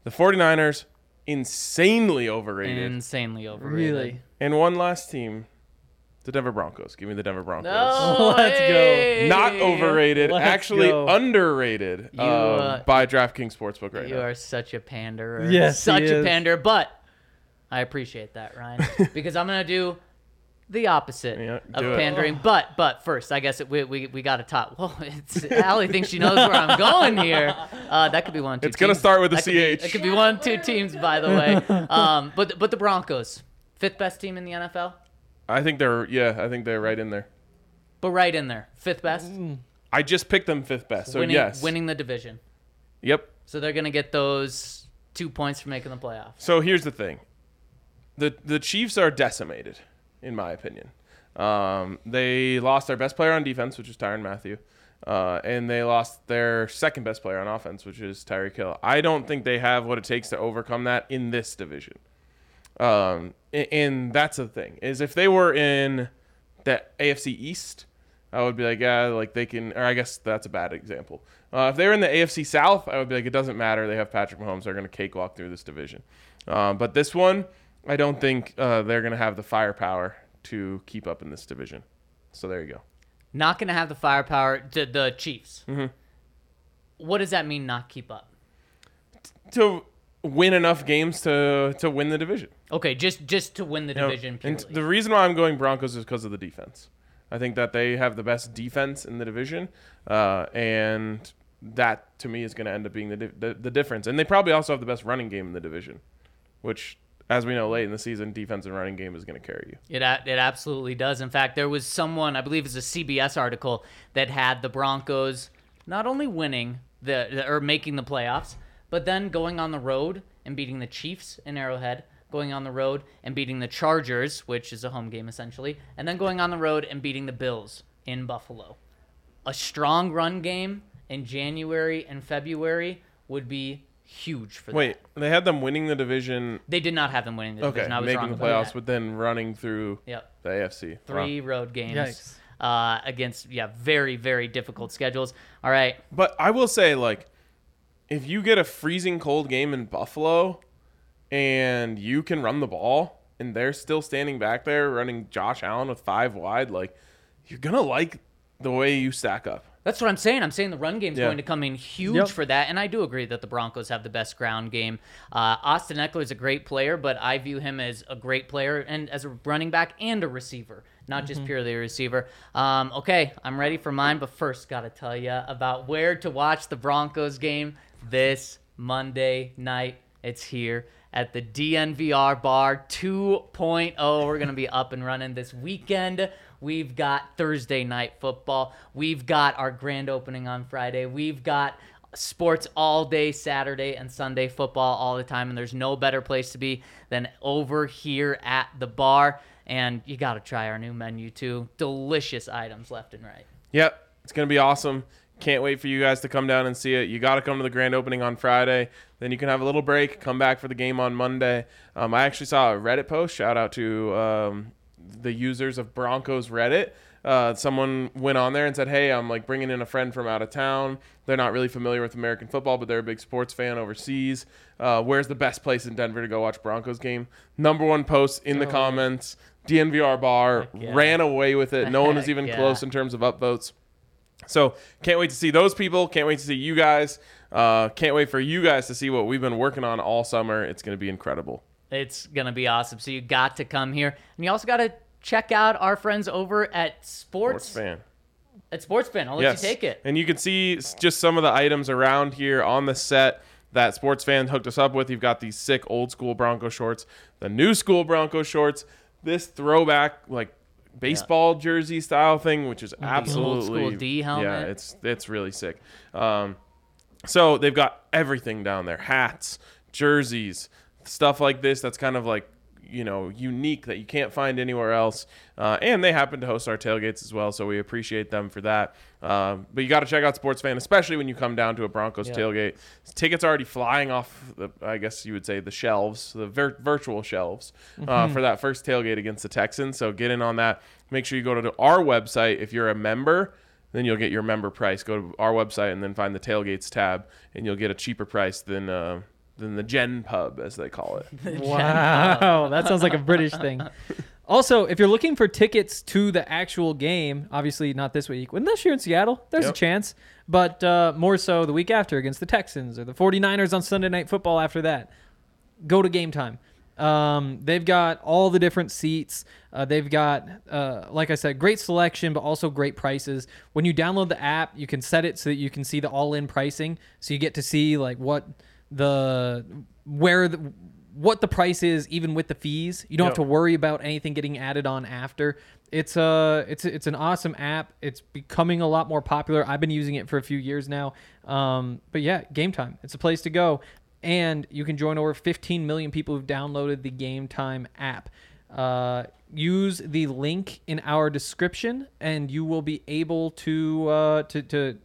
S2: The 49ers insanely overrated.
S3: Insanely overrated.
S4: Really?
S2: and one last team, the Denver Broncos. Give me the Denver Broncos.
S3: Oh,
S4: Let's go.
S3: hey!
S2: Not overrated,
S4: Let's
S2: actually
S4: go.
S2: underrated um,
S3: uh,
S2: by DraftKings Sportsbook right
S3: You
S2: now.
S3: are such a panderer.
S4: Yes, he
S3: such a
S4: is.
S3: panderer. But I appreciate that, Ryan, because I'm gonna do the opposite
S2: Yeah,
S3: of
S2: do it.
S3: pandering. But but first, I guess it, we we, we got to top. Well, it's Allie thinks she knows where I'm going here. Uh, that could be one. Of two
S2: It's gonna
S3: teams.
S2: start with a
S3: That could be-
S2: CH.
S3: It could be one, two teams, by the way. Um, but but the Broncos, fifth best team in the NFL,
S2: I think they're yeah, I think they're right in there.
S3: but right in there, fifth best,
S2: I just picked them fifth best, so
S3: winning
S2: Mm, yes,
S3: winning the division.
S2: Yep,
S3: So they're gonna get those two points for making the playoffs.
S2: So here's the thing: the the Chiefs are decimated, in my opinion. Um, they lost their best player on defense, which is Tyron Matthew, uh, and they lost their second best player on offense, which is Tyreek Hill. I don't think they have what it takes to overcome that in this division. Um, a- and that's the thing is if they were in the AFC East, I would be like, yeah, like they can. Or I guess that's a bad example. Uh, if they were in the AFC South, I would be like, it doesn't matter. They have Patrick Mahomes. They're going to cakewalk through this division. Uh, but this one, I don't think uh, they're going to have the firepower to keep up in this division. So there you go.
S3: Not going to have the firepower. The, the Chiefs. What does that mean? Not keep up.
S2: To win enough games to to win the division.
S3: Okay, just just to win the
S2: know,
S3: division.
S2: and
S3: purely.
S2: the reason why I'm going Broncos is because of the defense. I think that they have the best defense in the division, uh, and that to me is going to end up being the, di- the the difference. And they probably also have the best running game in the division, which, as we know, late in the season, defense and running game is going to carry you.
S3: It, a- it absolutely does. In fact, there was someone, I believe it's a CBS article, that had the Broncos not only winning the, the or making the playoffs, but then going on the road and beating the Chiefs in Arrowhead, going on the road and beating the Chargers, which is a home game essentially, and then going on the road and beating the Bills in Buffalo. A strong run game in January and February would be huge for them.
S2: Wait, they had them winning the division,
S3: They did not have them winning the
S2: okay,
S3: division. I was wrong
S2: making the
S3: about that.
S2: playoffs, but then running through
S3: Yep.
S2: the AFC. Wow.
S3: three road games
S4: Yikes.
S3: uh, against yeah very very difficult schedules. All right,
S2: But I will say, like, if you get a freezing cold game in Buffalo and you can run the ball and they're still standing back there running Josh Allen with five wide, like, you're going to like the way you stack up.
S3: that's what I'm saying. I'm saying the run game's
S2: Yeah.
S3: going to come in huge
S4: Yep.
S3: for that, and I do agree that the Broncos have the best ground game. Uh, Austin Eckler is a great player, but I view him as a great player and as a running back and a receiver, not
S4: Mm-hmm.
S3: just purely a receiver. Um, okay, I'm ready for mine, but first gotta tell you about where to watch the Broncos game this Monday night. It's here at the DNVR Bar 2.0. We're going to be up and running this weekend. We've got Thursday night football. We've got our grand opening on Friday. We've got sports all day Saturday and Sunday football all the time. And there's no better place to be than over here at the bar. And you got to try our new menu too. Delicious items left and right.
S2: Yep, it's going to be awesome. Can't wait for you guys to come down and see it. You got to come to the grand opening on Friday. Then you can have a little break, come back for the game on Monday. Um, I actually saw a Reddit post. Shout out to um, the users of Broncos Reddit. Uh, someone went on there and said, "Hey, I'm like bringing in a friend from out of town. They're not really familiar with American football, but they're a big sports fan overseas. Uh, where's the best place in Denver to go watch Broncos game?" Number one post in
S3: Oh,
S2: the comments. DNVR bar ran away with it. No one was
S3: Heck
S2: even
S3: yeah.
S2: close in terms of upvotes. So can't wait to see those people. Can't wait to see you guys. Uh, can't wait for you guys to see what we've been working on all summer. It's going to be incredible.
S3: It's gonna be awesome. So you got to come here, and you also got to check out our friends over at
S2: Sports
S3: Sports,
S2: fan.
S3: at Sports Spin. I'll let you take it.
S2: And you can see s- just some of the items around here on the set that sports fan hooked us up with. You've got these sick old school Bronco shorts, the new school Bronco shorts, this throwback like baseball jersey style thing, which is absolutely
S3: D helmet.
S2: Yeah, it's it's really sick. Um, so they've got everything down there: hats, jerseys, stuff like this. That's kind of like you know unique that you can't find anywhere else. Uh, and they happen to host our tailgates as well, so we appreciate them for that. Um, but you got to check out Sports Fan, especially when you come down to a Broncos tailgate. Tickets are already flying off the, I guess you would say, the shelves, the vir- virtual shelves, uh, for that first tailgate against the Texans. So get in on that. Make sure you go to our website if you're a member then you'll get your member price. Go to our website and then find the tailgates tab, and you'll get a cheaper price than uh, than the Gen Pub, as they call it.
S4: Wow, that sounds like a British thing. Also, if you're looking for tickets to the actual game, obviously not this week, unless you're in Seattle, there's
S2: Yep.
S4: a chance, but uh, more so the week after against the Texans or the 49ers on Sunday Night Football after that. Go to game time. Um, they've got all the different seats. Uh, they've got, uh, like I said, great selection, but also great prices. When you download the app, you can set it so that you can see the all-in pricing, so you get to see like what the where the what the price is even with the fees you don't have to worry about anything getting added on after it's a it's a- it's an awesome app it's becoming a lot more popular i've been using it for a few years now um, but yeah game time it's a place to go and you can join over 15 million people who've downloaded the Game Time app. Uh, use the link in our description, and you will be able to uh, to to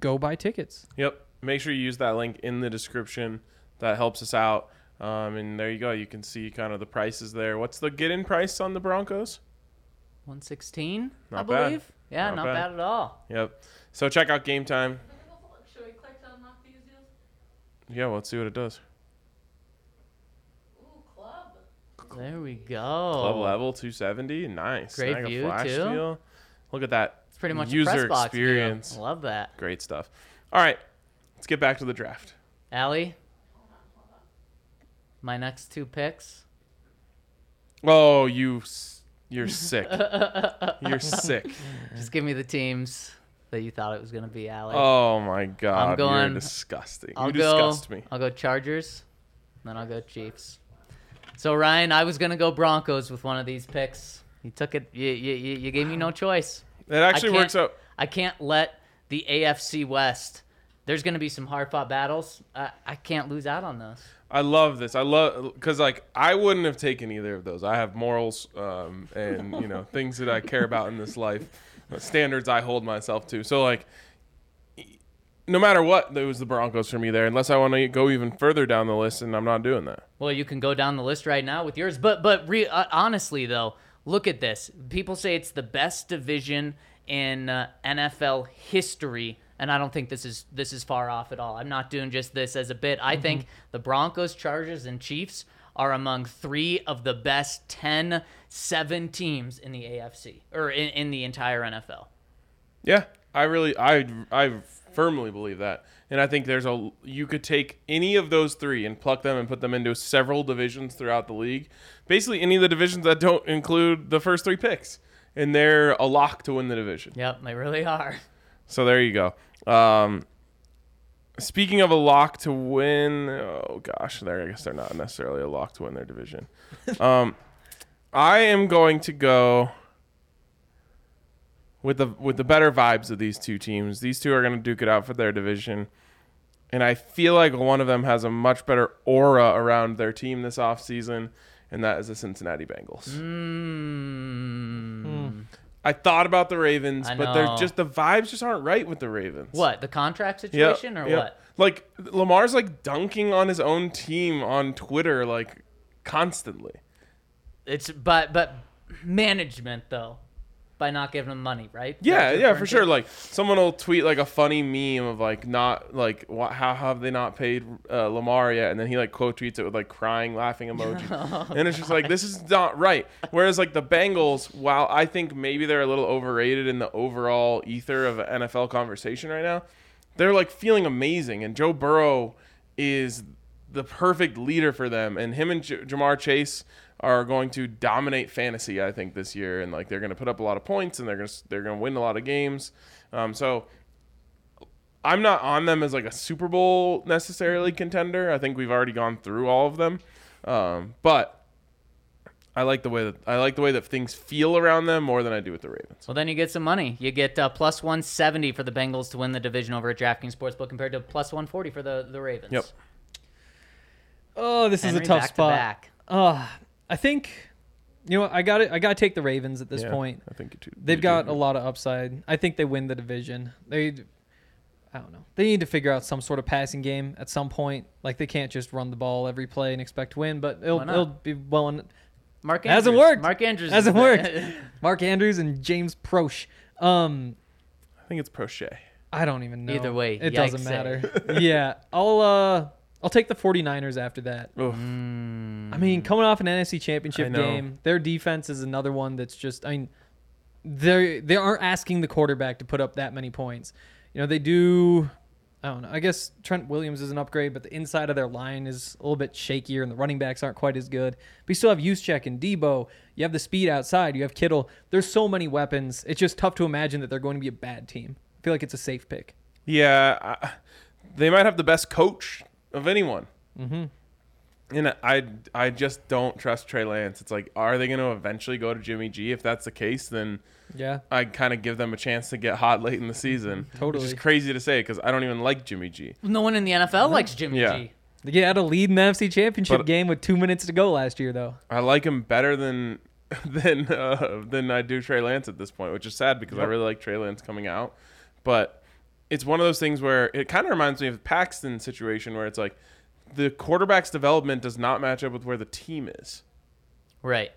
S4: go buy tickets.
S2: Yep. Make sure you use that link in the description. That helps us out. Um, and there you go. You can see kind of the prices there. What's the get in price on the Broncos?
S3: 116, I
S2: Not bad.
S3: believe. Yeah,
S2: Not
S3: not,
S2: bad.
S3: bad. at all.
S2: Yep. So check out Game Time.
S6: Should we click to unlock these deals?
S2: Yeah, well, let's see what it does.
S6: Ooh, club.
S3: There we go.
S2: Club level 270. Nice.
S3: Oh. Great
S2: Snag a
S3: view,
S2: flash
S3: too.
S2: deal. Look at that.
S3: It's pretty much
S2: user
S3: a press box view.
S2: experience.
S3: Love that.
S2: Great stuff. All right. Let's get back to the draft.
S3: Allie, my next two picks.
S2: Oh, you s- you're sick. you're sick.
S3: Just give me the teams that you thought it was going to be, Allie.
S2: Oh my god.
S3: going-
S2: you're disgusting.
S3: I'll
S2: you
S3: go,
S2: disgust me.
S3: I'll go Chargers, and then I'll go Chiefs. So Ryan, I was gonna go Broncos with one of these picks. You took it. You you, you you gave me no choice.
S2: It actually
S3: I can't-
S2: works out.
S3: I can't let the AFC West. There's gonna be some hard fought battles. I, I can't lose out on those.
S2: I love this. I love because like I wouldn't have taken either of those. I have morals um, and you know things that I care about in this life, uh, standards I hold myself to. So like, no matter what, it was the Broncos for me there. Unless I want to go even further down the list, and I'm not doing that.
S3: Well, you can go down the list right now with yours, but but re- uh, honestly though, look at this. People say it's the best division in uh, NFL history, and I don't think this is this is far off at all. I'm not doing just this as a bit. I
S2: Mm-hmm.
S3: think the Broncos, Chargers, and Chiefs are among three of the best 10 7 teams in the AFC or in, in the entire NFL.
S2: Yeah, I really, I, I firmly believe that, and I think there's a you could take any of those three and pluck them and put them into several divisions throughout the league. Basically, any of the divisions that don't include the first three picks, and they're a lock to win the division.
S3: Yep, they really are.
S2: So there you go. Um, speaking of a lock to win, oh gosh, there I guess they're not necessarily a lock to win their division. Um, I am going to go with the with the better vibes of these two teams. These two are going to duke it out for their division. And I feel like one of them has a much better aura around their team this offseason, and that is the Cincinnati Bengals. Hmm.
S3: Mm.
S2: I thought about the Ravens,
S3: I
S2: but they're
S3: know.
S2: just the vibes just aren't right with the Ravens.
S3: What, the contract
S2: Yeah,
S3: situation or
S2: yeah.
S3: what?
S2: Like Lamar's like dunking on his own team on Twitter like constantly.
S3: It's but but management though, by not giving them money, right?
S2: Yeah,
S3: That's what
S2: yeah,
S3: we're
S2: for sure.
S3: into.
S2: Like someone will tweet like a funny meme of like not like wha how have they not paid uh, Lamar yet, and then he like quote tweets it with like crying, laughing emoji,
S3: Oh,
S2: and it's just like this is not right. Whereas like the Bengals, while I think maybe they're a little overrated in the overall ether of an NFL conversation right now, they're like feeling amazing, and Joe Burrow is the perfect leader for them, and him and J- Jamar Chase are going to dominate fantasy. I think this year, and like they're going to put up a lot of points, and they're going to they're going to win a lot of games. Um, so I'm not on them as like a Super Bowl necessarily contender. I think we've already gone through all of them, um, but I like the way that I like the way that things feel around them more than I do with the Ravens.
S3: Well, then you get some money. You get uh, plus 170 for the Bengals to win the division over at DraftKings Sportsbook compared to plus 140 for the, the Ravens.
S2: Yep.
S4: Oh, this
S3: Henry,
S4: is a tough
S3: back to
S4: spot.
S3: back.
S4: Uh, I think you know what, I got it. I got to take the Ravens at this
S2: Yeah,
S4: point.
S2: I think you two,
S4: They've
S2: you
S4: got
S2: do.
S4: a lot of upside. I think they win the division. They, I don't know. They need to figure out some sort of passing game at some point. Like they can't just run the ball every play and expect to win. But it'll,
S3: Why not?
S4: it'll be well. En-
S3: Mark Andrews.
S4: hasn't worked.
S3: Mark Andrews. is
S4: hasn't
S3: the-
S4: worked. Mark Andrews and James Proche. Um,
S2: I think it's Prochet.
S4: I don't even know.
S3: Either way,
S4: it
S3: yikes,
S4: doesn't
S3: eh?
S4: matter. yeah, I'll uh, I'll take the 49ers after that.
S2: Oof.
S4: I mean, coming off an NFC
S2: Mm. I
S4: Championship
S2: know.
S4: game, their defense is another one that's just. I mean, they they aren't asking the quarterback to put up that many points. You know, they do. I don't know. I guess Trent Williams is an upgrade, but the inside of their line is a little bit shakier, and the running backs aren't quite as good. But you still have Juszczyk and Debo. You have the speed outside. You have Kittle. There's so many weapons. It's just tough to imagine that they're going to be a bad team. I feel like it's a safe pick.
S2: Yeah, I, they might have the best coach of anyone. Mm-hmm. And I, I just don't trust Trey Lance. It's like, are they going to eventually go to Jimmy G? If that's the case, then
S4: Yeah.
S2: I kind of give them a chance to get hot late in the season. Which
S4: Totally.
S2: is crazy to say because I don't even like Jimmy G.
S3: No one in the NFL likes Jimmy
S2: Yeah.
S3: G.
S4: They had a lead in the NFC Championship
S2: But-
S4: game with two minutes to go last year, though.
S2: I like him better than than uh, than I do Trey Lance at this point, which is sad because I really like Trey Lance coming out. But it's one of those things where it kind of reminds me of the Paxton situation where it's like the quarterback's development does not match up with where the team is,
S3: Right.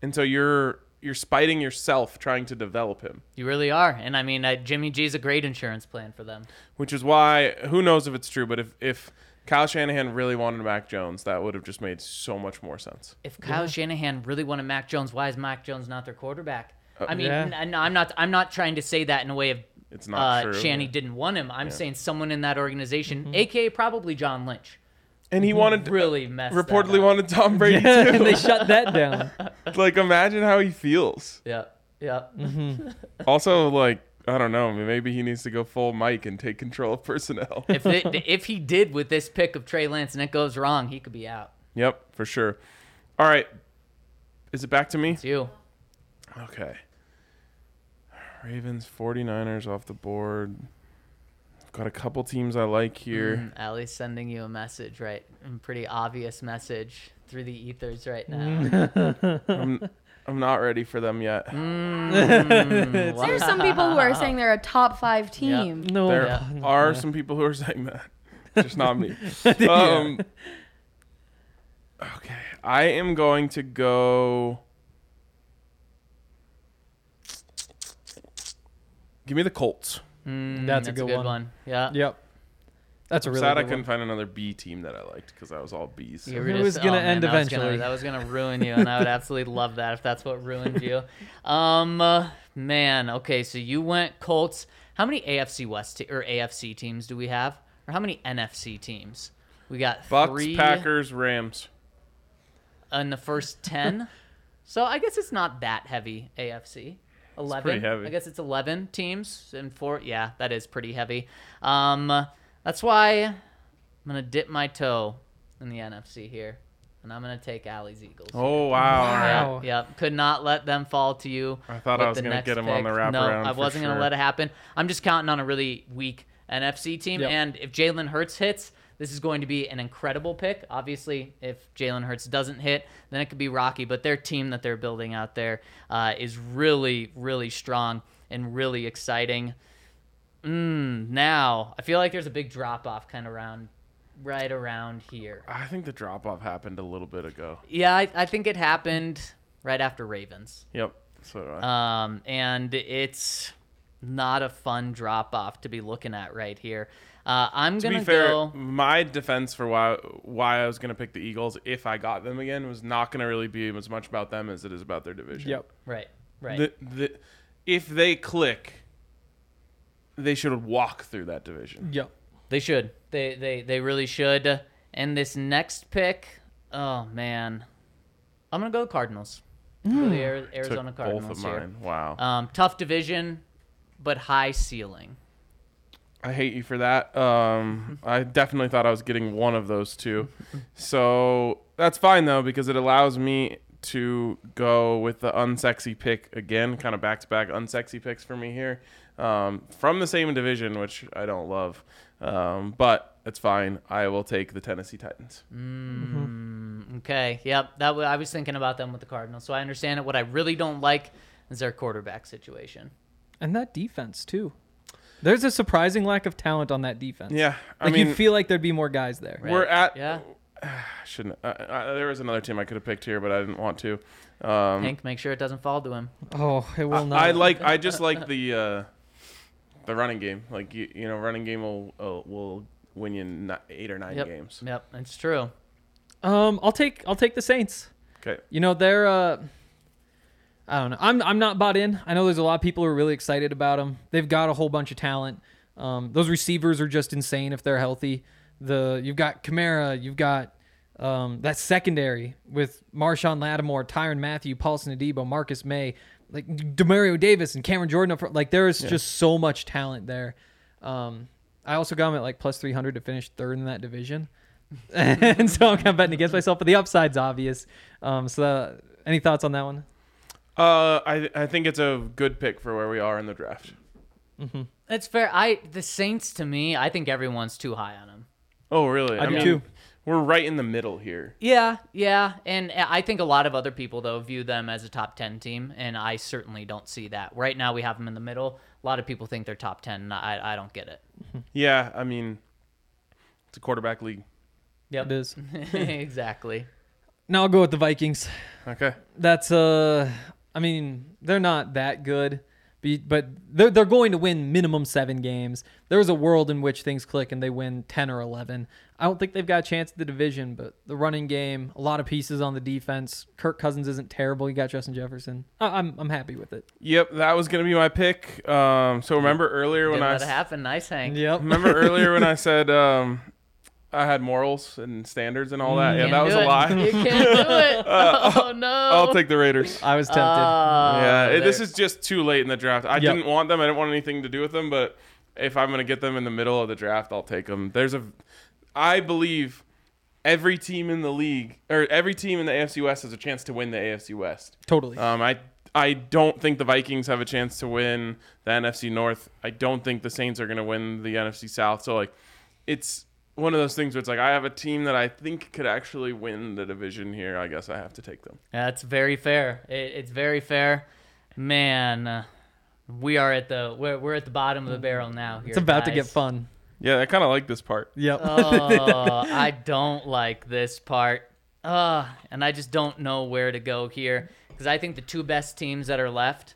S2: and so you're you're spiting yourself trying to develop him,
S3: You really are. And I mean, uh, Jimmy G's a great insurance plan for them.
S2: which is why who knows if it's true, but if if Kyle Shanahan really wanted Mac Jones, that would have just made so much more sense.
S3: If Kyle Shanahan really wanted Mac Jones, why is Mac Jones not their quarterback? I mean,
S4: Yeah.
S3: n- n- I'm not. I'm not trying to say that in a way of
S2: Uh, It's not
S3: uh,
S2: true,
S3: Shanny
S2: yeah.
S3: didn't want him. I'm saying someone in that organization,
S4: Mm-hmm.
S3: aka probably John Lynch,
S2: And he wanted
S3: really messed. that
S2: reportedly
S3: up.
S2: wanted Tom Brady too.
S4: and they shut that down.
S2: like imagine how he feels.
S3: Yeah. Yeah.
S4: Mm-hmm.
S2: Also, like I don't know, maybe he needs to go full Mike and take control of personnel.
S3: if it, if he did with this pick of Trey Lance and it goes wrong, he could be out.
S2: yep, for sure. All right, is it back to me?
S3: It's you.
S2: Okay. Ravens, 49ers off the board. I've got a couple teams I like here.
S3: Allie's Mm, sending you a message, right? A pretty obvious message through the ethers right
S4: Mm.
S3: now.
S2: I'm not ready for them yet.
S5: There's some people who are saying they're a top five team.
S4: No,
S2: There
S3: Yeah.
S2: are some people who are saying that. Just not me. Um, okay. I am going to go. Give me the Colts.
S4: Mm, that's, a good, one.
S3: Yeah.
S4: Yep, that's a really
S2: Sad I
S4: good
S2: couldn't
S4: one.
S2: find another B team that I liked because I was all B's.
S3: You were oh,
S4: It was gonna end
S3: that was gonna-
S4: eventually.
S3: That was gonna, ruin you, and I would absolutely love that if that's what ruined you. Um, uh, man. Okay, so you went Colts. How many AFC West te- or AFC teams do we have, or how many NFC teams? We got
S2: Bucks,
S3: three
S2: Packers, Rams.
S3: in the first ten. so I guess it's not that heavy AFC. Eleven.
S2: heavy.
S3: I guess it's eleven teams and four. Yeah, that is pretty heavy. Um, that's why I'm gonna dip my toe in the NFC here, and I'm gonna take Allie's Eagles.
S2: Oh, wow.
S3: Yeah,
S4: Wow.
S3: Yep. Could not let them fall to you.
S2: I thought
S3: with
S2: I was
S3: the
S2: gonna
S3: next
S2: get 'em on
S3: pick.
S2: the wraparound
S3: No, I
S2: for
S3: wasn't going
S2: sure.
S3: to let it happen. I'm just counting on a really weak NFC team.
S4: Yep.
S3: And if Jalen Hurts hits, this is going to be an incredible pick. Obviously, if Jalen Hurts doesn't hit, then it could be rocky. But their team that they're building out there uh, is really, really strong and really exciting. Mm, now, I feel like there's a big drop off kind of round, right around here.
S2: I think the drop off happened a little bit ago.
S3: Yeah, I, I think it happened right after Ravens.
S2: Yep. So uh, do I.
S3: Um, and it's not a fun drop off to be looking at right here. Uh, I'm
S2: to
S3: gonna
S2: be fair,
S3: go.
S2: my defense for why why I was gonna pick the Eagles if I got them again was not gonna really be as much about them as it is about their division.
S4: Yep.
S3: Right, right.
S2: The, the, if they click, they should walk through that division.
S4: Yep.
S3: They should. They they they really should. And this next pick, oh man, I'm gonna go the Cardinals. Go the Ari-
S2: Took
S3: Arizona Cardinals
S2: both of
S3: here.
S2: mine. Wow.
S3: Um, tough division, but high ceiling.
S2: I hate you for that. Um, I definitely thought I was getting one of those two. So that's fine though, because it allows me to go with the unsexy pick again, kind of back to back unsexy picks for me here um, from the same division, which I don't love. Um, but it's fine. I will take the Tennessee Titans.
S4: Mm.
S3: Okay, yep. That w- I was thinking about them with the Cardinals, so I understand it. What I really don't like is their quarterback situation.
S4: And that defense too. There's a surprising lack of talent on that defense.
S2: Yeah, I
S4: like
S2: mean,
S4: you feel like there'd be more guys there.
S2: we're at.
S3: Yeah,
S2: I shouldn't. I, I, there was another team I could have picked here, but I didn't want to. Um,
S3: Hank, make sure it doesn't fall to him.
S4: Oh, it will not.
S2: I like. I just like the uh, the running game. Like you, you know, running game will uh, will win you ni- eight or nine
S3: Yep.
S2: games.
S3: Yep, it's true.
S4: Um, I'll take I'll take the Saints.
S2: Okay.
S4: You know they're. Uh, I don't know. I'm I'm not bought in. I know there's a lot of people who are really excited about them. They've got a whole bunch of talent. Um, those receivers are just insane if they're healthy. The you've got Kamara, you've got um, that secondary with Marshawn Lattimore, Tyron Matthew, Paulson Adebo, Marcus May, like Demario Davis and Cameron Jordan. Up front. Like there is just so much talent there. Um, I also got them at like plus 300 to finish third in that division. and so I'm kind of betting against myself, but the upside's obvious. Um, so uh, any thoughts on that one?
S2: Uh, I I think it's a good pick for where we are in the draft.
S3: It's fair. I the Saints to me, I think everyone's too high on them.
S2: Oh, really?
S4: I do too.
S2: we're right in the middle here.
S3: Yeah, yeah, and I think a lot of other people though view them as a top ten team, and I certainly don't see that. Right now, we have them in the middle. A lot of people think they're top ten. And I I don't get it.
S2: Yeah, I mean, it's a quarterback league.
S3: Yep.
S4: It is.
S3: exactly.
S4: Now I'll go with the Vikings.
S2: Okay.
S4: That's uh, I mean, they're not that good, be- but they're they're going to win minimum seven games. There's a world in which things click and they win ten or eleven. I don't think they've got a chance at the division, but the running game, a lot of pieces on the defense. Kirk Cousins isn't terrible. You got Justin Jefferson. I- I'm I'm happy with it.
S2: Yep, that was gonna be my pick. Um, so remember earlier when
S3: Didn't
S2: I
S3: let it
S2: s-
S3: happen. Nice, Hank.
S4: Yep.
S2: remember earlier when I said um, I had morals and standards and all that. Yeah,
S3: Can't
S2: that was
S3: do
S2: a
S3: it.
S2: lie.
S3: Mm, You can't do it. oh no.
S2: I'll take the Raiders.
S4: I was tempted. Uh,
S2: yeah, it-
S3: there-
S2: this is just too late in the draft. I
S4: Yep.
S2: didn't want them. I didn't want anything to do with them. But if I'm gonna get them in the middle of the draft, I'll take them. There's a, I believe, every team in the league or every team in the AFC West has a chance to win the AFC West.
S4: totally.
S2: Um, I I don't think the Vikings have a chance to win the NFC North. I don't think the Saints are going to win the NFC South. So like, it's one of those things where it's like I have a team that I think could actually win the division here. I guess I have to take them.
S3: That's very fair. It, it's very fair, man. Uh, we are at the we're, we're at the bottom of the barrel now. Here,
S4: it's about to get
S3: guys.
S4: fun.
S2: Yeah, I kind of like this part.
S4: Yep.
S3: oh, I don't like this part. Uh, and I just don't know where to go here because I think the two best teams that are left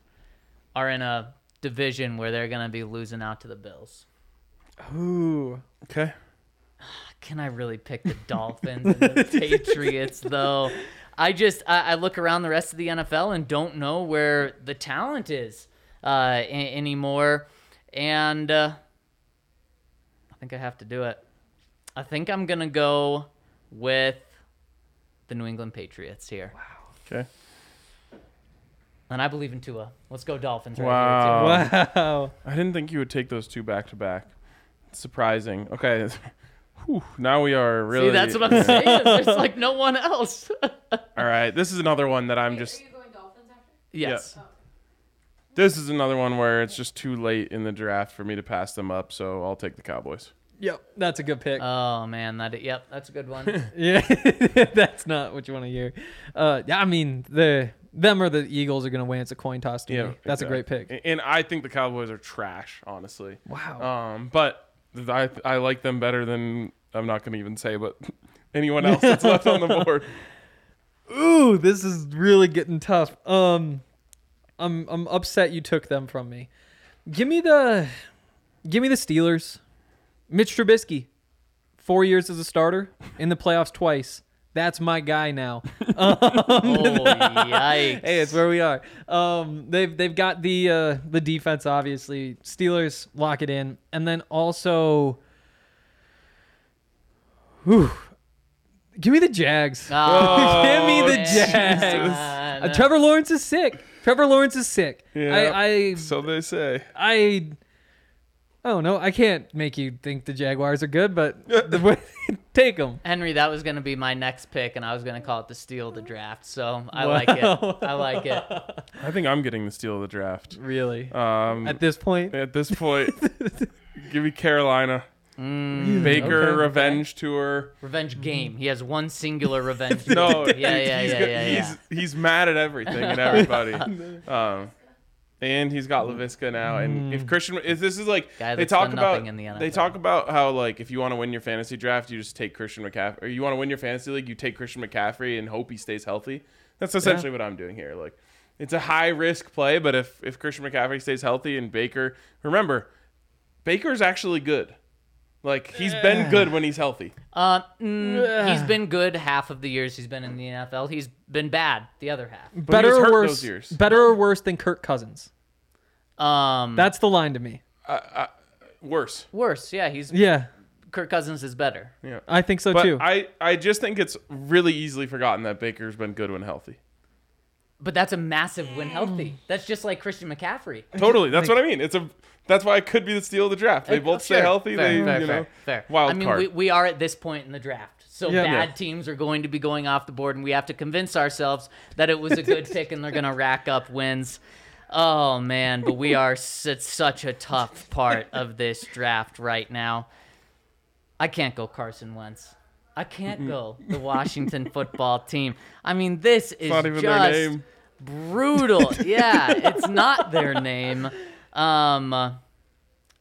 S3: are in a division where they're going to be losing out to the Bills.
S4: Ooh.
S2: Okay.
S3: Can I really pick the Dolphins and the Patriots though? I just I, I look around the rest of the NFL and don't know where the talent is uh, a- anymore, and uh, I think I have to do it. I think I'm gonna go with the New England Patriots here,
S2: Okay.
S3: and I believe in Tua. Let's go Dolphins! Right
S2: Wow.
S3: Here too.
S4: Wow.
S2: I didn't think you would take those two back to back. Surprising. Okay. Whew, now we are really.
S3: See, that's what I'm saying. There's like no one else.
S2: All right. This is another one that I'm just.
S6: Are you going Dolphins after?
S3: yes.
S2: This is another one where it's just too late in the draft for me to pass them up. So I'll take the Cowboys.
S4: Yep. That's a good pick.
S3: Oh man, that yep, that's a good one.
S4: Yeah, that's not what you want to hear. Uh, yeah, I mean the them or the Eagles are going to win. It's a coin toss to me. That's a
S2: exactly.
S4: great pick.
S2: A- And I think the Cowboys are trash, honestly.
S4: Wow.
S2: Um, but th- I I like them better than I'm not going to even say, but anyone else that's left on the board.
S4: Ooh, this is really getting tough. Um, I'm I'm upset you took them from me. Give me the, give me the Steelers. Mitch Trubisky, four years as a starter in the playoffs twice. That's my guy now.
S3: oh yikes!
S4: hey, it's where we are. Um, they've they've got the uh, the defense obviously. Steelers lock it in, and then also, Whew. give me the Jags.
S3: Oh,
S4: give me the
S3: Jesus.
S4: Jags. Uh, Trevor Lawrence is sick. Trevor Lawrence is sick.
S2: Yeah.
S4: I, I
S2: So they say.
S4: I I don't know. I can't make you think the Jaguars are good, but the way, take them.
S3: Henry, that was going to be my next pick, and I was going to call it the steal of the draft. So I like it. I like it.
S2: I think I'm getting the steal of the draft.
S4: Really,
S2: Um,
S4: at this point,
S2: At this point, give me Carolina. Baker
S4: Okay.
S2: revenge tour.
S3: Revenge game. He has one singular revenge.
S2: No,
S3: game. yeah, yeah,
S2: he's
S3: yeah,
S2: go-
S3: yeah, yeah.
S2: He's, he's mad at everything and everybody. um, and he's got Laviska now. And if Christian, if this is like
S3: Mm. Guy
S2: they
S3: that's
S2: talk
S3: done
S2: about,
S3: nothing in the
S2: they
S3: NFL.
S2: talk about how like if you want to win your fantasy draft, you just take Christian McCaffrey. Or you want to win your fantasy league, you take Christian McCaffrey and hope he stays healthy. That's essentially what I'm doing here. Like it's a high risk play, but if if Christian McCaffrey stays healthy and Baker, remember, Baker's actually good. Like he's been good when he's healthy.
S3: Uh, mm, he's been good half of the years he's been in the NFL. He's been bad the other half.
S4: better
S2: was
S4: or
S2: hurt
S4: worse?
S2: those years.
S4: Better or worse than Kirk Cousins?
S3: Um,
S4: That's the line to me.
S2: Worse.
S3: worse. Yeah, he's
S4: Yeah,
S3: Kirk Cousins is better.
S4: I think so
S2: But
S4: too.
S2: I, I just think it's really easily forgotten that Baker's been good when healthy.
S3: But that's a massive win healthy. That's just like Christian McCaffrey.
S2: Totally. That's what I mean. It's a that's why it could be the steal of the draft. They both stay
S3: Uh, Sure.
S2: healthy.
S3: Fair,
S2: they
S3: fair,
S2: you
S3: fair,
S2: know
S3: fair.
S2: wild
S3: I mean,
S2: card.
S3: We, we are at this point in the draft, so
S4: Yeah.
S3: bad
S4: Yeah.
S3: teams are going to be going off the board, and we have to convince ourselves that it was a good pick, and they're going to rack up wins. Oh man, but we are at such a tough part of this draft right now. I can't go Carson Wentz. I can't go. The Washington football team. I mean, this is
S2: not even
S3: just
S2: their name.
S3: brutal. yeah, it's not their name. Um, uh,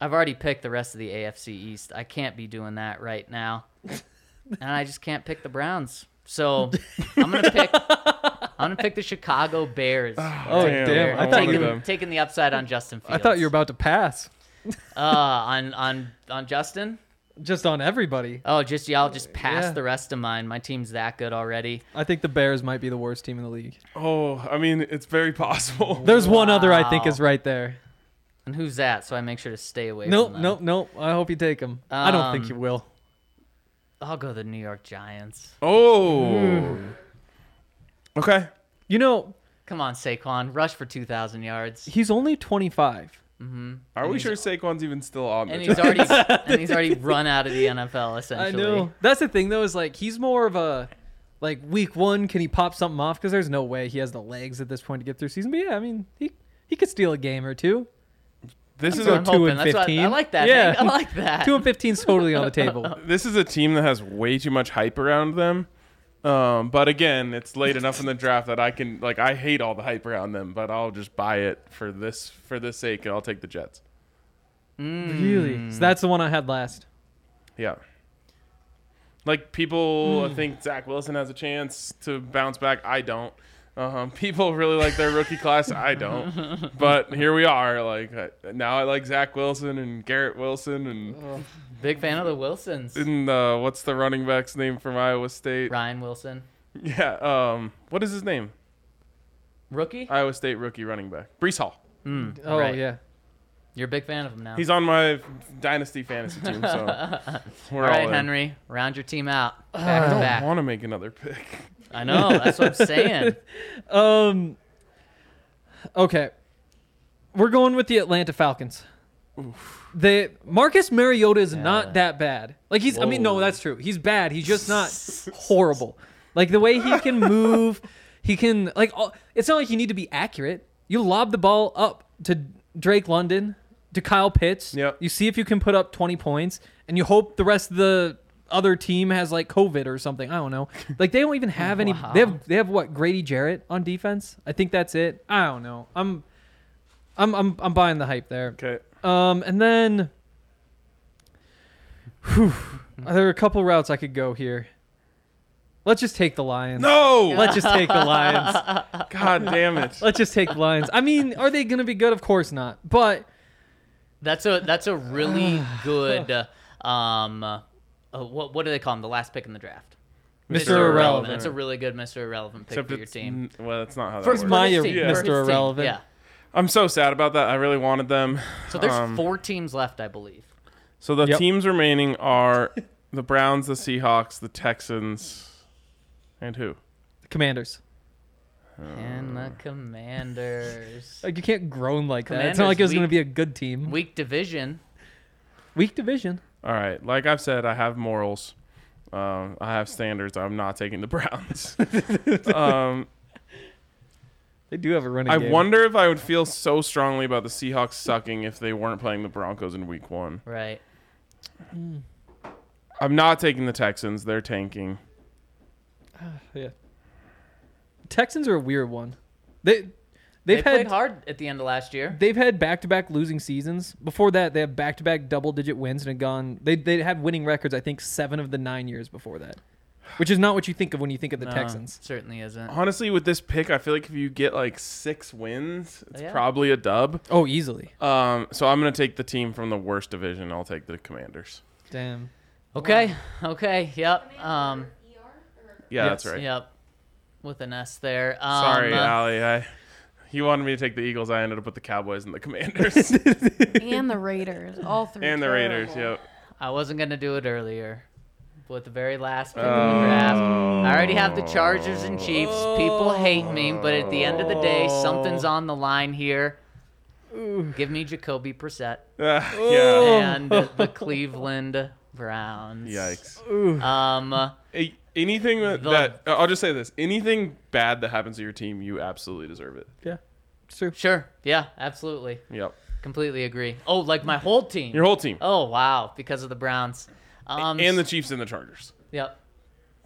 S3: I've already picked the rest of the AFC East. I can't be doing that right now, and I just can't pick the Browns. So I'm gonna pick. I'm gonna pick the Chicago Bears.
S4: Oh
S2: Damn,
S4: damn!
S2: I
S4: I
S2: wanted
S4: thought you.
S3: taking,
S2: them.
S3: taking the upside on Justin
S4: I
S3: Fields.
S4: thought you were about to pass.
S3: uh, on on on Justin.
S4: Just on everybody.
S3: Oh, just y'all just pass
S4: Yeah.
S3: the rest of mine. My team's that good already.
S4: I think the Bears might be the worst team in the league.
S2: Oh, I mean, it's very possible.
S4: There's one other I think is right there.
S3: And who's that? So I make sure to stay away. from
S4: Nope,
S3: them.
S4: nope, nope. I hope you take him. I don't think
S3: Um,
S4: you will.
S3: I'll go the New York Giants.
S2: Oh.
S3: Hmm.
S2: Okay.
S4: You know,
S3: Come on, Saquon, rush for two thousand yards.
S4: he's only 25.
S2: Are we sure Saquon's even still on?
S3: And
S2: The
S3: he's
S2: Giants?
S3: already and he's already run out of the NFL
S4: I
S3: essentially.
S4: know. That's the thing though is like he's more of a like week 1 can he pop something off cuz there's no way he has the legs at this point to get through season. But yeah, I mean, he he could steal a game or two.
S2: this is
S3: So
S2: a
S3: I'm
S4: two and
S3: hoping. That's what, I
S4: 15.
S3: like that.
S4: Yeah.
S3: Hank. I like that.
S4: 2 and 15 is totally on the table.
S2: this is a team that has way too much hype around them. Um, but again, it's late enough in the draft that I can like I hate all the hype around them, but I'll just buy it for this for this sake, and I'll take the Jets.
S4: Really? So that's the one I had last.
S2: Yeah. Like people think Zach Wilson has a chance to bounce back. I don't. Um, people really like their rookie class. I don't. But here we are. Like I- now, I like Zach Wilson and Garrett Wilson and,
S3: Big fan of the Wilsons.
S2: and uh, what's the running back's name from Iowa State?
S3: Ryan Wilson,
S2: Yeah. Um, what is his name?
S3: rookie.
S2: Iowa State rookie running back Brees Hall.
S4: Oh
S3: Right.
S4: yeah.
S3: You're a big fan of him now.
S2: He's on my dynasty fantasy team, so we're all
S3: all right,
S2: in.
S3: Henry. Round your team out. Back to
S2: I
S3: back.
S2: want to make another pick.
S3: I know. That's what I'm saying.
S4: Um Okay. We're going with the Atlanta Falcons. The Marcus Mariota is not that bad. Like he's I mean no, that's true. He's bad. He's just not horrible. Like the way he can move, he can like all- it's not like you need to be accurate. You lob the ball up to Drake London, to Kyle Pitts.
S2: Yep.
S4: You see if you can put up 20 points and you hope the rest of the other team has like COVID or something. I don't know. Like they don't even have any they have they have what Grady Jarrett on defense? I think that's it. I don't know. I'm I'm I'm I'm buying the hype there.
S2: Okay.
S4: Um, and then whew, there are a couple routes I could go here. Let's just take the Lions.
S2: No.
S4: Let's just take the Lions.
S2: God damn it.
S4: Let's just take the Lions. I mean, are they going to be good? Of course not. But
S3: That's a that's a really good uh, um uh, what what do they call him? The last pick in the draft.
S4: Mr. Irrelevant.
S3: That's a really good Mr. Irrelevant pick
S2: Except
S3: for your
S2: it's
S3: team.
S2: n- well, that's not how that
S3: For his
S2: works.
S4: my-
S3: team,
S4: Mr.
S3: for his team,
S4: Irrelevant.
S3: Yeah.
S2: I'm so sad about that. I really wanted them.
S3: So there's
S2: Um,
S3: four teams left, I believe.
S2: So the
S4: Yep.
S2: teams remaining are the Browns, the Seahawks, the Texans, and who?
S4: the Commanders.
S3: And
S2: Uh.
S3: the Commanders.
S4: Like you can't groan like that. It's not
S3: Commanders
S4: like it was going to
S3: weak.
S4: be a good team. Weak,
S3: Weak division.
S4: division.
S2: All right. Like I've said, I have morals. Um, I have standards. I'm not taking the Browns. um,
S4: They do have a running.
S2: I
S4: game.
S2: wonder if I would feel so strongly about the Seahawks sucking if they weren't playing the Broncos in Week One.
S3: Right.
S2: I'm not taking the Texans. They're tanking.
S4: Yeah. Texans are a weird one. They
S3: They
S4: they've
S3: played
S4: had
S3: hard at the end of last year.
S4: they've had back-to-back losing seasons. Before that, they have back-to-back double-digit wins and had gone. They they had winning records. I think seven of the nine years before that, which is not what you think of when you think of the
S3: No,
S4: Texans.
S3: Um, certainly isn't.
S2: Honestly, with this pick, I feel like if you get like six wins, it's
S3: Yeah.
S2: probably a dub.
S4: Oh, easily.
S2: Um, so I'm gonna take the team from the worst division. I'll take the Commanders.
S4: Damn.
S3: Okay. Okay. Yep. Um.
S2: Yeah,
S4: Yes.
S2: that's right.
S3: Yep. With an S there. Um,
S2: Sorry,
S3: uh,
S2: Ali. I he wanted me to take the Eagles. I ended up with the Cowboys and the Commanders
S5: and the Raiders, all three.
S2: and the
S5: terrible.
S2: Raiders. Yep.
S3: I wasn't gonna do it earlier. With the very last pick of
S2: Oh.
S3: the draft. I already have the Chargers and Chiefs. People hate me, but at the end of the day,
S2: Oh.
S3: something's on the line here. Give me Jacoby Brissett
S2: Ah, yeah.
S3: and the Cleveland Browns.
S2: Yikes.
S3: Um,
S2: A- anything that,
S3: The-
S2: that I'll just say this: anything bad that happens to your team, you absolutely deserve it.
S4: Yeah. It's true.
S3: sure. Yeah, absolutely.
S2: Yep.
S3: Completely agree. Oh, like my whole team.
S4: Oh,
S2: Your whole team
S3: oh, wow. Because of the Browns. Um,
S2: and the Chiefs and the Chargers.
S3: Yep.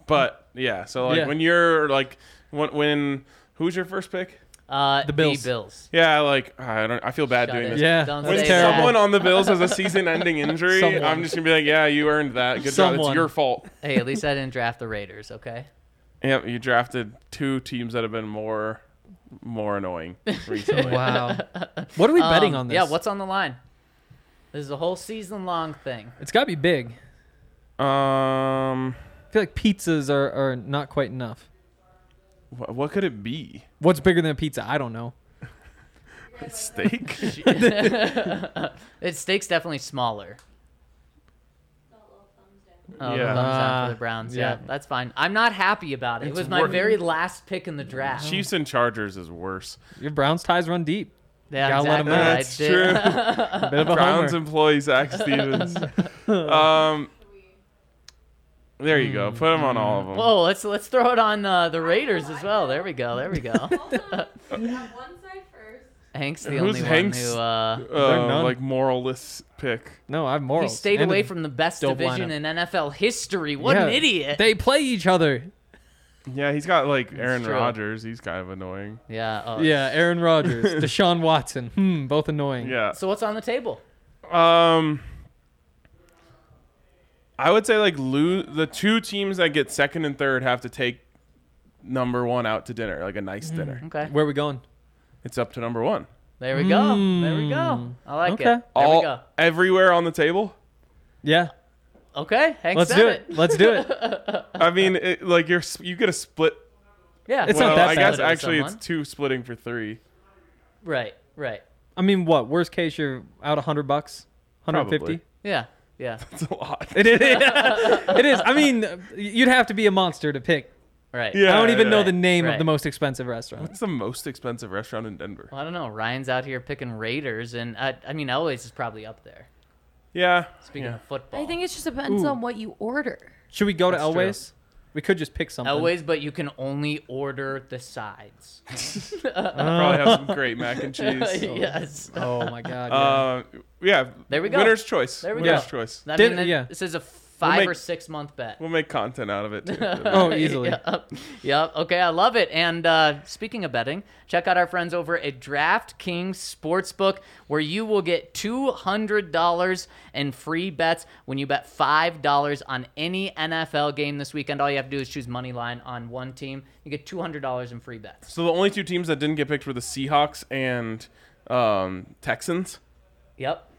S2: But yeah, so like
S4: Yeah.
S2: when you're like when, when who's your first pick?
S3: Uh, the
S4: Bills.
S3: Bills.
S2: Yeah, like I don't. I feel bad
S3: Shut
S2: doing
S3: it.
S2: this.
S4: Yeah.
S3: Don't
S4: It's
S2: When
S3: say
S4: terrible.
S2: someone
S3: that.
S2: on the Bills has a season-ending injury,
S4: Someone.
S2: I'm just gonna be like, "Yeah, you earned that. Good job.
S4: Someone.
S2: It's your fault."
S3: Hey, at least I didn't draft the Raiders. Okay.
S2: Yeah, you drafted two teams that have been more, more annoying recently.
S4: Wow. What are we betting
S3: Um,
S4: on this?
S3: Yeah. What's on the line? This is a whole season long thing.
S4: It's got to be big.
S2: Um,
S4: I feel like pizzas are, are not quite enough.
S2: wh- what could it be?
S4: What's bigger than a pizza? I don't know.
S2: Steak?
S3: It stakes definitely smaller. Oh,
S2: Yeah.
S3: thumbs down
S4: Ah,
S3: for the Browns. Yeah,
S4: yeah.
S3: that's fine. I'm not happy about it. it was my
S2: working.
S3: very last pick in the draft.
S2: Chiefs and Chargers is worse.
S4: Your Browns ties run deep.
S3: yeah,
S4: gotta let 'em
S3: exactly. I
S2: That's
S3: did-
S2: true.
S4: A bit of a
S2: Browns
S4: homer.
S2: employee Zach Stevens. um, there you go. Put them on all
S4: Hmm.
S2: of them.
S3: Whoa, Oh, let's let's throw it on uh, the Raiders as well. There we go. There we go.
S6: Also, that one side first.
S3: Hank's the
S2: Who's
S3: only
S2: Hank's-
S3: one who uh,
S4: there
S2: uh,
S4: none?
S2: like moralless pick.
S4: No, I have
S3: he
S4: morals.
S3: stayed
S4: And
S3: away
S4: a-
S3: from the best
S4: dope
S3: division
S4: lineup.
S3: in NFL history. What an
S4: Yeah.
S3: idiot!
S4: They play each other.
S2: Yeah, he's got like Aaron
S3: true.
S2: Rodgers. He's kind of annoying.
S3: yeah. Oh.
S4: Yeah, Aaron Rodgers, Deshaun Watson. Hmm, both annoying.
S2: Yeah.
S3: So what's on the table?
S2: Um, I would say like lose the two teams that get second and third have to take number one out to dinner, like a nice
S4: Hmm.
S2: dinner.
S3: Okay.
S4: Where are we going?
S2: It's up to number one.
S3: There we go. There we go. I like
S4: Hmm.
S3: it.
S4: Okay.
S3: There
S2: All
S3: we go.
S2: everywhere on the table.
S4: Yeah.
S3: Okay. Hank
S4: Let's
S3: said
S4: do it. Let's do it.
S2: I mean, it, like you're s- you get a split.
S3: Yeah.
S4: It's not
S2: well,
S4: that
S2: I
S4: bad.
S2: guess
S3: Split it with
S2: actually
S3: someone.
S2: it's two splitting for three.
S3: Right. Right.
S4: I mean, what? Worst case, you're out 100 bucks, 150.
S2: Probably.
S3: Yeah. Yeah.
S2: It's a lot.
S4: It is. it is. I mean, you'd have to be a monster to pick.
S3: Right.
S2: Yeah.
S4: I don't even know
S2: yeah.
S4: the name
S3: Right.
S4: of the most expensive restaurant.
S2: It's the most expensive restaurant in Denver.
S3: Well, I don't know. Ryan's out here picking Raiders, and I, I mean, Elway's is probably up there.
S2: Yeah.
S3: Speaking
S2: yeah.
S3: of football,
S5: I think it just depends
S4: Ooh.
S5: on what you order.
S4: Should we go to
S2: That's true.
S4: Elway's? We could just pick something.
S3: Elway's, but you can only order the sides.
S2: probably have some great mac and cheese.
S3: yes.
S4: Oh my god. yeah.
S2: Uh, yeah.
S3: There we go.
S2: Winner's choice.
S3: There we
S2: Winner's
S3: go.
S2: choice.
S3: I
S4: Did-
S3: mean, that-
S4: yeah.
S3: this is a 5
S2: make-
S3: or six month bet.
S2: We'll make content out of it. Too.
S4: oh, easily.
S3: Yep. Yep. Okay, I love it. And uh, speaking of betting, check out our friends over at DraftKings Sportsbook, where you will get $200 in free bets when you bet $5 on any NFL game this weekend. All you have to do is choose money line on one team. You get $200 in free bets.
S2: So the only two teams that didn't get picked were the Seahawks and um, Texans.
S3: Yep.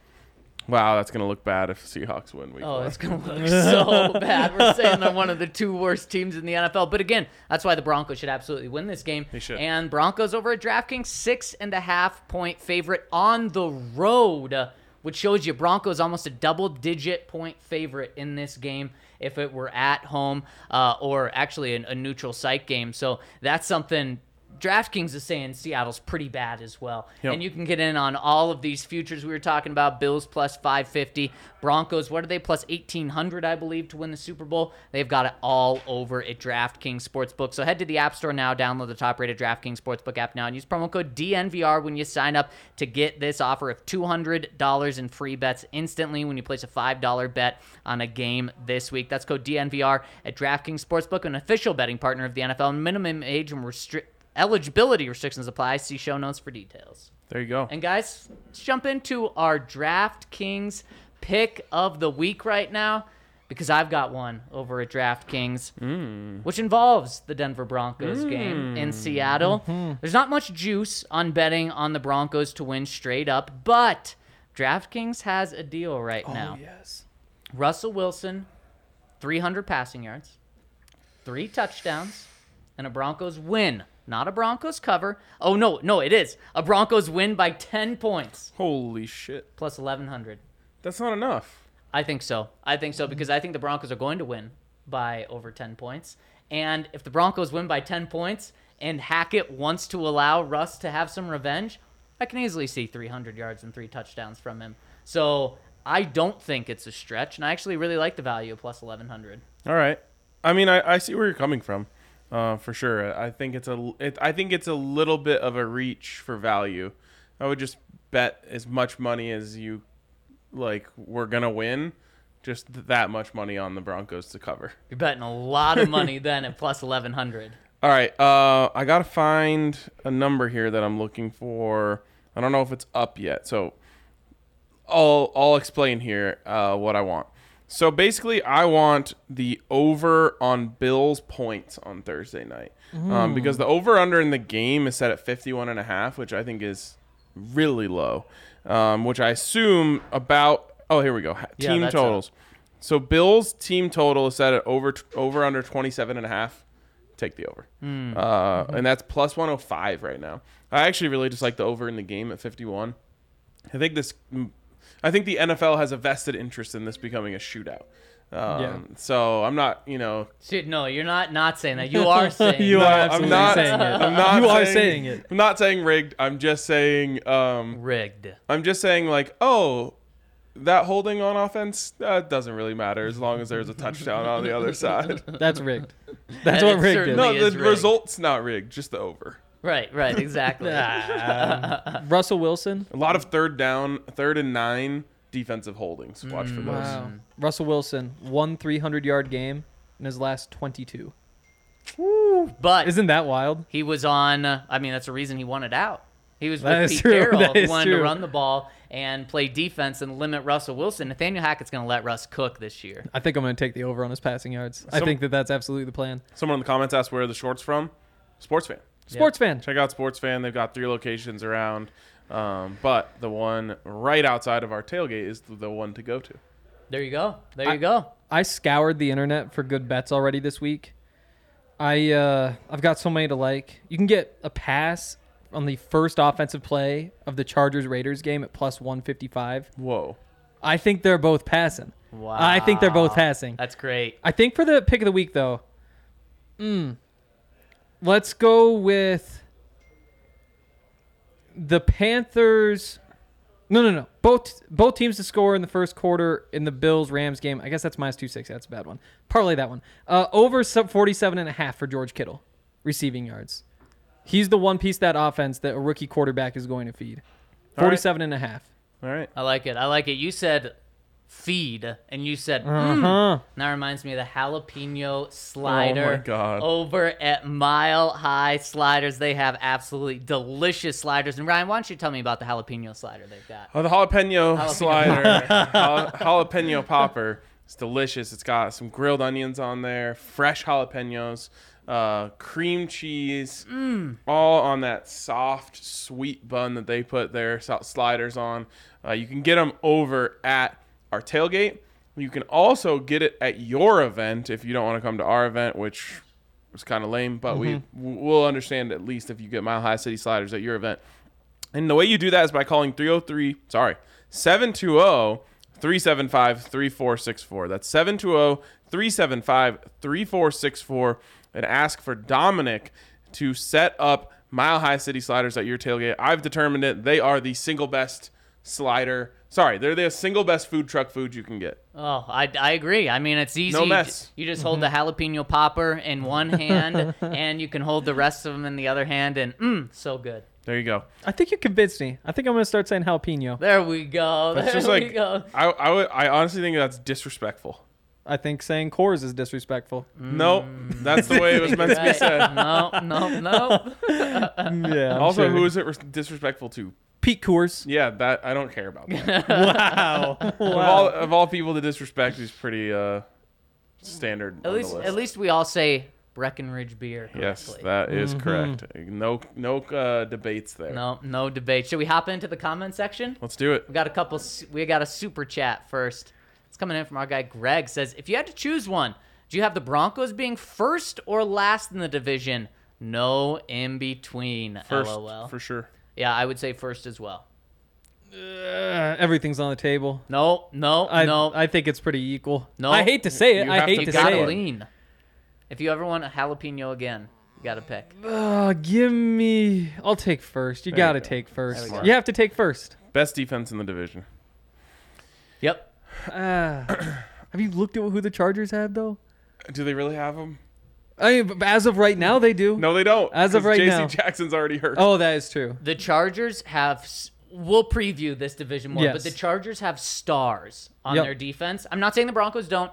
S2: Wow, that's gonna look bad if Seahawks win week
S3: Oh,
S2: one.
S3: it's going to look so bad. We're saying they're one of the two worst teams in the NFL. But again, that's why the Broncos should absolutely win this game. They
S2: should.
S3: And Broncos over at DraftKings, six and a half point favorite on the road, uh, which shows you Broncos almost a double digit point favorite in this game if it were at home uh, or actually an, a neutral site game. So that's something. DraftKings is saying Seattle's pretty bad as well.
S2: Yep.
S3: And you can get in on all of these futures we were talking about Bills plus 550, Broncos, what are they, plus 1800, I believe, to win the Super Bowl? They've got it all over at DraftKings Sportsbook. So head to the App Store now, download the top rated DraftKings Sportsbook app now, and use promo code DNVR when you sign up to get this offer of $200 in free bets instantly when you place a $5 bet on a game this week. That's code DNVR at DraftKings Sportsbook, an official betting partner of the NFL. Minimum age and restrict. Eligibility restrictions apply. See show notes for details.
S2: there you go.
S3: And guys, let's jump into our DraftKings pick of the week right now because I've got one over at DraftKings, which involves the Denver Broncos game in Seattle. There's not much juice on betting on the Broncos to win straight up, but DraftKings has a deal right now.
S4: yes.
S3: Russell Wilson, 300 passing yards, three touchdowns, and a Broncos win. Not a Broncos cover. Oh, no, no, it is. A Broncos win by 10 points
S2: Holy shit,
S3: plus 1,100.
S2: that's not enough.
S3: I think so. I think so because I think the Broncos are going to win by over 10 points. And if the Broncos win by 10 points and Hackett wants to allow Russ to have some revenge, I can easily see 300 yards and three touchdowns from him. So I don't think it's a stretch. And I actually really like the value of plus 1,100.
S2: All right. I mean, I, I see where you're coming from, uh, for sure. I think it's a it, I think it's a little bit of a reach for value. I would just bet as much money as you like. We're gonna win. just th- that much money on the Broncos to cover.
S3: You're betting a lot of money then at plus 1100.
S2: All right, uh, I gotta find a number here that I'm looking for. I don't know if it's up yet, so I'll I'll explain here uh, what I want. So basically, I want the over on Bills points on Thursday night
S3: Mm.
S2: um, because the over under in the game is set at 51 and a half, which I think is really low. Um, which I assume about oh here we go Ha-
S3: Yeah,
S2: team
S3: that's
S2: totals. So Bills team total is set at over over under 27 and a half. Take the over.
S3: Hmm.
S2: Uh, and that's plus 105 right now. I actually really just like the over in the game at 51. I think this I think the NFL has a vested interest in this becoming a shootout. Um,
S4: Yeah.
S2: So I'm not, you know,
S3: So, no, you're not not saying that. You are saying
S4: You
S3: that.
S4: are
S2: I'm
S4: absolutely
S2: not
S4: saying it.
S2: I'm not
S4: you
S2: saying,
S4: are saying it.
S2: I'm not saying rigged. I'm just saying um,
S3: rigged.
S2: I'm just saying, like, oh, that holding on offense uh, doesn't really matter as long as there's a touchdown on the other side.
S4: That's rigged.
S3: That
S4: That's what
S3: is
S4: rigged is.
S3: certainly-
S2: No,
S3: Really
S2: the
S3: is rigged.
S2: result's not rigged, just the over.
S3: Right, right, exactly.
S4: Russell Wilson.
S2: A lot of third down, third and nine defensive holdings. Watch for those.
S4: Mm, Wow. Russell Wilson, one 300 yard game in his last 22.
S3: But
S4: Isn't that wild?
S3: he was on. Uh, I mean, that's the reason he wanted out. He was
S4: That
S3: with
S4: is
S3: Pete
S4: true.
S3: Carroll,
S4: That
S3: who
S4: is
S3: wanted to
S4: true.
S3: run the ball and play defense and limit Russell Wilson. Nathaniel Hackett's going to let Russ cook this year.
S4: I think I'm going to take the over on his passing yards. I
S2: Some-
S4: think that that's absolutely the plan.
S2: Someone in the comments asked where are the shorts from? Sports fan.
S4: Sports fan.
S2: Check out Sports Fan. They've got three locations around. Um, but the one right outside of our tailgate is the one to go to.
S3: There you go. There you go.
S4: I scoured the internet for good bets already this week. I uh, I've got so many to like. You can get a pass on the first offensive play of the Chargers Raiders game at plus 155.
S2: Whoa.
S4: I think they're both passing. Wow. I think they're both passing.
S3: That's great.
S4: I think for the pick of the week though, mm, let's go with the Panthers. No, no, no. Both both teams to score in the first quarter in the Bills Rams game. I guess that's minus two six. That's a bad one. Parlay that one. Uh, over sub 47 and a half for George Kittle receiving yards. He's the one piece of that offense that a rookie quarterback is going to feed.
S2: right.
S4: 47 and a half.
S2: All right.
S3: I like it. I like it. You said feed, and you said
S4: Uh-huh. Huh.
S3: Now reminds me of the jalapeno slider.
S2: Oh my God.
S3: Over at Mile High Sliders, they have absolutely delicious sliders. And Ryan, why don't you tell me about the jalapeno slider they've got?
S2: Oh, the jalapeno,
S3: Jalapeno
S2: slider, jal- jalapeno popper. It's delicious. It's got some grilled onions on there, fresh jalapenos, uh, cream cheese, all on that soft, sweet bun that they put their sal- sliders on. Uh, you can get them over at our tailgate. You can also get it at your event if you don't want to come to our event, which was kind of lame, but we will understand at least if you get Mile High City Sliders at your event. And the way you do that is by calling 303, sorry, oh, 720 375 3464. That's oh, 720 375 3464. And ask for Dominic to set up Mile High City Sliders at your tailgate. I've determined it. They are the single best slider. Sorry, they're the single best food truck food you can get.
S3: Oh, I, I agree. I mean, it's easy.
S2: No mess.
S3: You just hold the jalapeno popper in one hand, and you can hold the rest of them in the other hand, and mmm, so good.
S2: There you go.
S4: I think you convinced me. I think I'm going to start saying jalapeno.
S3: There we go.
S2: That's
S3: there
S2: just
S3: we
S2: like, I,
S3: go.
S2: I, would, I honestly think that's disrespectful.
S4: I think saying cores is disrespectful.
S2: No, that's the way it was meant to be
S3: Right.
S2: said.
S3: No, no, no.
S4: Yeah.
S2: Also, who is it res- disrespectful to?
S4: Pete Coors?
S2: Yeah, that I don't care about that.
S4: Wow.
S2: Of all of all people, the disrespect is pretty uh standard.
S3: At
S2: on
S3: least,
S2: the list.
S3: at least we all say Breckenridge beer.
S2: yes,
S3: correctly.
S2: that is
S4: Mm-hmm.
S2: correct. No no uh, debates there.
S3: No, no debate. Should we hop into the comment section?
S2: Let's do it.
S3: We got a couple. su- We got a super chat first. It's coming in from our guy Greg. Says, if you had to choose one, do you have the Broncos being first or last in the division? No in between.
S2: First
S3: LOL.
S2: for sure.
S3: Yeah, I would say first as well.
S4: Uh, everything's on the table.
S3: No, no,
S4: I,
S3: no.
S4: I think it's pretty equal.
S3: No.
S4: I hate to say it.
S2: You
S4: I
S2: have
S4: hate
S2: to
S3: you
S4: to
S3: gotta
S4: say it.
S3: lean. If you ever want a jalapeno again, you gotta pick.
S4: Uh, give me. I'll take first. You got to
S2: go.
S4: take first.
S3: There we go.
S4: You have to take first.
S2: Best defense in the division.
S3: Yep.
S4: Uh, have you looked at who the Chargers have, though?
S2: Do they really have them?
S4: I mean, but as of right now, they do.
S2: No, they don't.
S4: As of
S2: 'cause
S4: right
S2: JC
S4: now.
S2: Jackson's already hurt.
S4: Oh, that is true.
S3: The Chargers have s- we'll preview this division more, but
S4: Yes.
S3: the Chargers have stars on
S4: Yep.
S3: their defense. I'm not saying the Broncos don't.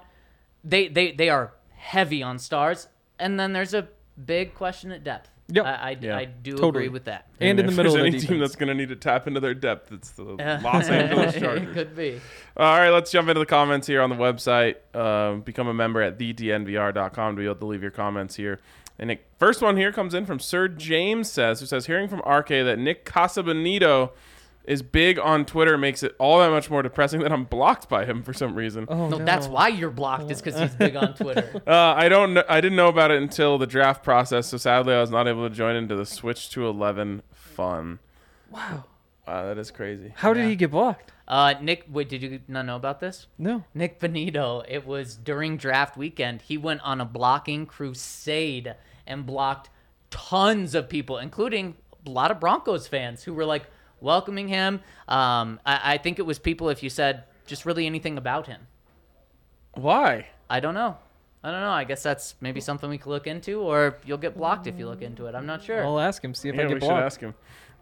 S3: They they they are heavy on stars, and then there's a big question at depth.
S4: Yep.
S3: I I,
S2: Yeah.
S3: I do
S4: Totally.
S3: agree with that.
S4: and in the
S2: if
S4: middle of
S2: there's
S4: the
S2: any team
S4: defense.
S2: that's going to need to tap into their depth, it's the Los Angeles
S3: It
S2: Chargers.
S3: could be.
S2: All right, let's jump into the comments here on the website. Um, become a member at thednvr.com to be able to leave your comments here. And the first one here comes in from Sir James says, who says, hearing from RK that Nick Casabonito is big on Twitter makes it all that much more depressing that I'm blocked by him for some reason.
S4: Oh,
S3: No, that's why you're blocked is because he's big on Twitter.
S2: Uh, I don't. Know, I didn't know about it until the draft process. So sadly, I was not able to join into the switch to eleven fun. Wow. Wow, that is crazy.
S4: How did he get blocked?
S3: Uh, Nick, wait, did you not know about this?
S4: No.
S3: Nick Benito, it was during draft weekend. He went on a blocking crusade and blocked tons of people, including a lot of Broncos fans who were like welcoming him. Um, I, I think it was people if you said just really anything about him.
S2: Why?
S3: I don't know. I don't know. I guess that's maybe something we could look into, or you'll get blocked if you look into it. I'm not sure.
S4: I'll ask him. See if I
S2: Yeah, we
S4: get
S2: should
S4: blocked.
S2: ask him.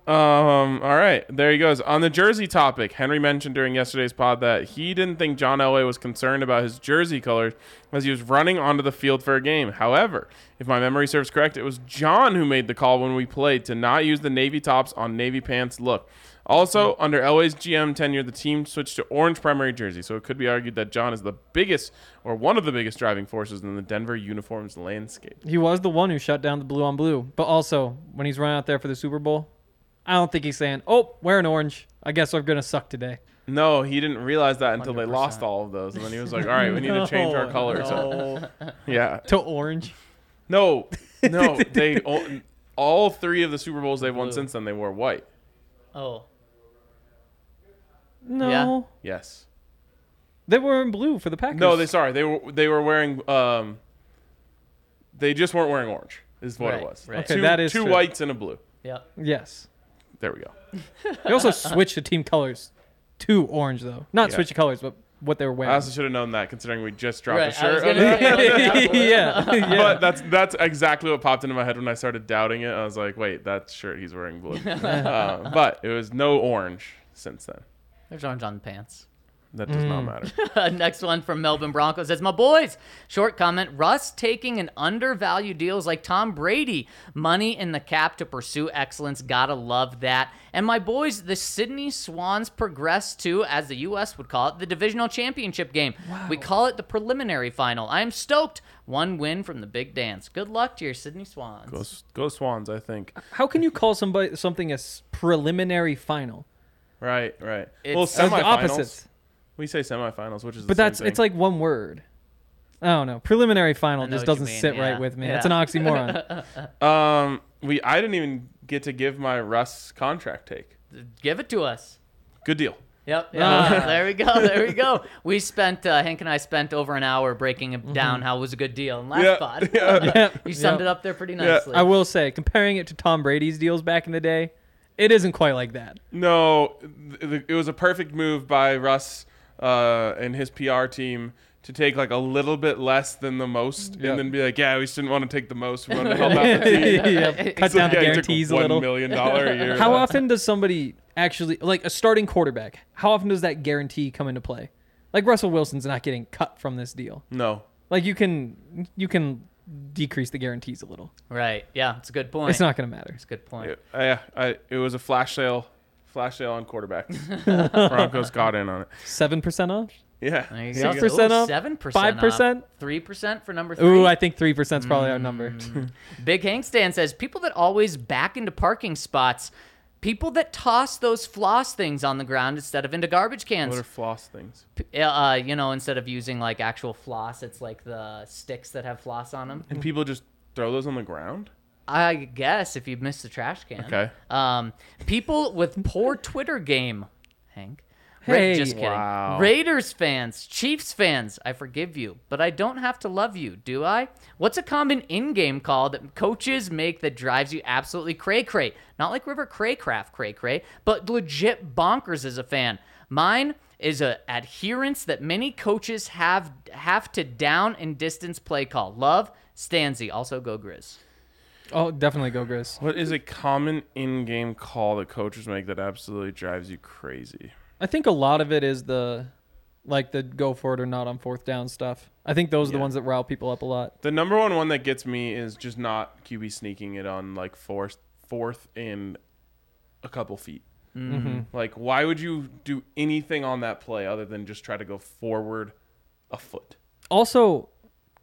S2: Um, all right, there he goes. On the jersey topic, Henry mentioned during yesterday's pod that he didn't think John Elway was concerned about his jersey colors as he was running onto the field for a game. However, if my memory serves correct, it was John who made the call when we played to not use the navy tops on navy pants look. Also, under Elway's GM tenure, the team switched to orange primary jersey, so it could be argued that John is the biggest or one of the biggest driving forces in the Denver uniforms landscape.
S4: He was the one who shut down the blue on blue. But also, when he's running out there for the Super Bowl, I don't think he's saying, "Oh, wearing orange. I guess I'm gonna suck today."
S2: No, he didn't realize that until they lost all of those, and then he was like, "All right, we need to change our
S4: No,
S2: colors." Yeah,
S4: To orange.
S2: no, no. They all, all three of the Super Bowls they've won since then they wore white.
S3: oh,
S4: No,
S3: Yeah.
S2: Yes.
S4: they were in blue for the Packers.
S2: No, they sorry they were they were wearing um. They just weren't wearing orange. Is what
S3: Right,
S2: it was.
S3: right.
S4: Okay,
S2: two,
S4: that is
S2: two
S4: true.
S2: whites and a blue.
S3: yeah.
S4: Yes,
S2: There we go.
S4: they also switched the team colors to orange though. Not
S2: Yeah.
S4: switch the colors, but what they were
S2: I
S4: wearing.
S2: also should have known that considering we just dropped a
S3: Right. I was
S2: shirt.
S3: gonna
S2: of that.
S3: say,
S4: yeah, yeah.
S2: But that's that's exactly what popped into my head when I started doubting it. I was like, wait, that shirt he's wearing blue. uh, but it was no orange since then.
S3: There's orange on the pants.
S2: That does not matter.
S3: Next one from Melbourne Broncos says, My boys, short comment Russ taking an undervalued deals like Tom Brady. Money in the cap to pursue excellence. Gotta love that. And my boys, the Sydney Swans progress to, as the U.S. would call it, the divisional championship game. We call it the preliminary final. I am stoked. One win from the big dance. Good luck to your Sydney Swans.
S2: Go, go Swans, I think.
S4: How can you call somebody something a s- preliminary final?
S2: Right, right.
S3: It's-
S2: well,
S4: That's the
S2: semifinals.
S4: opposite.
S2: We say semifinals, which is. the
S4: But
S2: same
S4: that's it's
S2: thing.
S4: like one word. I don't know. Preliminary final
S3: know
S4: just
S3: what you
S4: doesn't
S3: mean,
S4: sit
S3: yeah.
S4: right with me. It's an
S3: Yeah.
S4: oxymoron.
S2: Um, we I didn't even get to give my Russ contract take.
S3: Give it to us.
S2: Good deal.
S3: Yep. yep.
S2: Ah.
S3: there we go. There we go. We spent uh, Hank and I spent over an hour breaking it down how it was a good deal. And last
S2: Mm-hmm. Yeah,
S3: pod,
S4: Yep,
S3: you summed
S4: yep.
S3: it up there pretty nicely.
S4: I will say, comparing it to Tom Brady's deals back in the day, it isn't quite like that.
S2: No, th- th- it was a perfect move by Russ uh, and his PR team to take like a little bit less than the most,
S4: Yeah.
S2: and then be like, "Yeah, we just didn't want to take the most. We wanted to help out the team."
S4: Yep, Cut
S2: So
S4: down the
S2: yeah, he took
S4: guarantees a little.
S2: One million dollar a year.
S4: How often does somebody actually like a starting quarterback? How often does that guarantee come into play? Like Russell Wilson's not getting cut from this deal.
S2: No.
S4: Like you can you can decrease the guarantees a little.
S3: right. Yeah. It's a good point.
S4: It's not going to matter.
S3: It's a good point.
S2: It, I, I, it was a flash sale, flash sale on quarterbacks. Broncos got in on it.
S4: Seven percent off.
S2: Yeah.
S3: There you
S4: Six
S3: go.
S4: percent
S3: Ooh,
S4: up,
S3: 7%
S4: five percent.
S3: Three percent for number three.
S4: Ooh, I think three percent's probably our number.
S3: Mm. Big Hank Stan says people that always back into parking spots, people that toss those floss things on the ground instead of into garbage cans.
S2: What are floss things?
S3: uh, you know, instead of using like actual floss, it's like the sticks that have floss on them.
S2: And people just throw those on the ground?
S3: I guess if you missed the trash can.
S2: Okay.
S3: Um, people with poor Twitter game, Hank. Ra-
S4: Hey.
S3: just kidding.
S2: Wow.
S3: Raiders fans, Chiefs fans, I forgive you, but I don't have to love you, do I? What's a common in-game call that coaches make that drives you absolutely cray cray? Not like River Craycraft cray cray, but legit bonkers as a fan. Mine is a adherence that many coaches have have to down and distance play call. Love Stanzi, also go Grizz.
S4: Oh, definitely go Grizz.
S2: What is a common in-game call that coaches make that absolutely drives you crazy?
S4: I think a lot of it is the like the go for it or not on fourth down stuff. I think those are the ones that rile people up a lot.
S2: The number one one that gets me is just not QB sneaking it on like fourth, fourth and a couple feet. Like, why would you do anything on that play other than just try to go forward a foot?
S4: Also,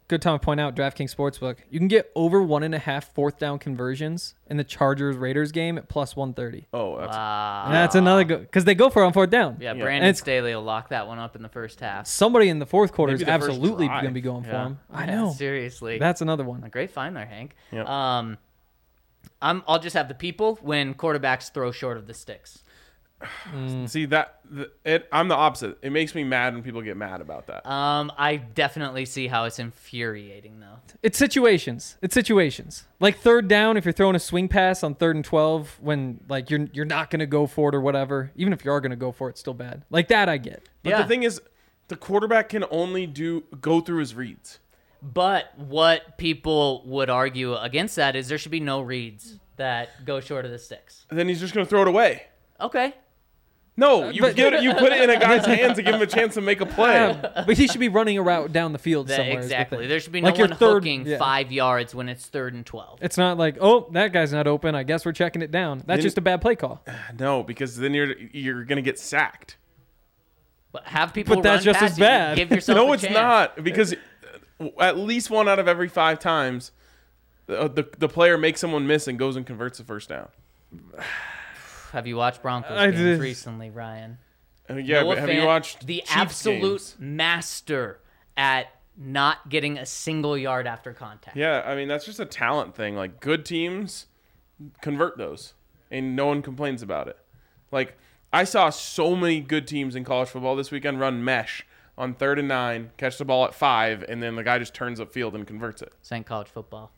S4: good time to point out DraftKings Sportsbook. You can get over one and a half fourth down conversions in the Chargers Raiders game at plus 130.
S2: Oh, that's,
S4: And that's another go because they go for it on fourth down.
S3: Yeah,
S4: And
S3: Brandon
S4: it's-
S3: Staley will lock that one up in the first half.
S4: somebody in the fourth quarter
S2: Maybe
S4: is
S2: the first
S4: absolutely
S2: drive.
S4: going to be going for
S2: Yeah.
S4: him. I
S3: Yeah,
S4: know.
S3: seriously.
S4: That's another one.
S3: A great find there, Hank.
S2: Yep.
S3: Um, I'm. I'll just have the people when quarterbacks throw short of the sticks.
S2: see that the, it. I'm the opposite. It makes me mad when people get mad about that.
S3: Um, I definitely see how it's infuriating though.
S4: It's situations. It's situations. Like third down, if you're throwing a swing pass on third and twelve, when like you're you're not going to go for it or whatever. Even if you are going to go for it, it's still bad. Like that, I get.
S2: but
S3: yeah.
S2: the thing is, the quarterback can only do go through his reads.
S3: But what people would argue against that is there should be no reads that go short of the sticks.
S2: Then he's just gonna throw it away.
S3: Okay.
S2: No, you give it, you put it in a guy's hands to give him a chance to make a play.
S4: but he should be running a route down the field
S3: That-
S4: somewhere. is the
S3: exactly.
S4: thing.
S3: There should be
S4: Like
S3: no
S4: your
S3: one
S4: third-
S3: hooking
S4: yeah.
S3: five yards when it's third and twelve.
S4: It's not like, oh, that guy's not open. I guess we're checking it down. That's
S2: Then-
S4: just a bad play call.
S2: No, because then you're you're gonna get sacked.
S3: But have people.
S4: But that's
S3: run
S4: just
S3: past
S4: as
S3: you.
S4: bad.
S3: Give yourself.
S2: No,
S3: a
S2: it's
S3: chance.
S2: not because at least one out of every five times, uh, the, the the player makes someone miss and goes and converts the first down.
S3: Have you watched Broncos
S4: I
S3: games
S4: just-
S3: recently, Ryan?
S2: Uh, Yeah,
S3: Noah
S2: but have you
S3: Fant,
S2: watched
S3: the
S2: Chiefs
S3: absolute
S2: games?
S3: master at not getting a single yard after contact?
S2: Yeah, I mean that's just a talent thing. Like good teams convert those, and no one complains about it. Like I saw so many good teams in college football this weekend run mesh on third and nine, catch the ball at five, and then the guy just turns upfield and converts it.
S3: Saying college football.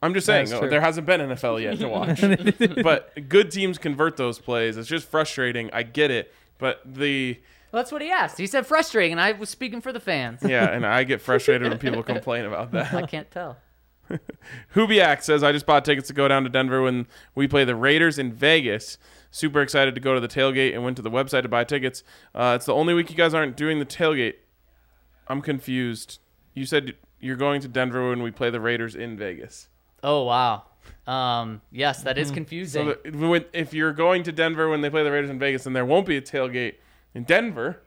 S2: I'm just saying
S4: That's
S2: though,
S4: true.
S2: there hasn't been NFL yet to watch, but good teams convert those plays. It's just frustrating. I get it, but the
S3: Well, that's what he asked. He said frustrating, and I was speaking for the fans.
S2: yeah, and I get frustrated when people complain about that.
S3: I can't tell.
S2: Hubiak says, I just bought tickets to go down to Denver when we play the Raiders in Vegas. Super excited to go to the tailgate and went to the website to buy tickets. Uh, it's the only week you guys aren't doing the tailgate. I'm confused. You said you're going to Denver when we play the Raiders in Vegas.
S3: Oh wow. Um, yes, that is
S2: Mm-hmm. So
S3: confusing.
S2: the- when- if you're going to Denver when they play the Raiders in Vegas, then there won't be a tailgate in Denver.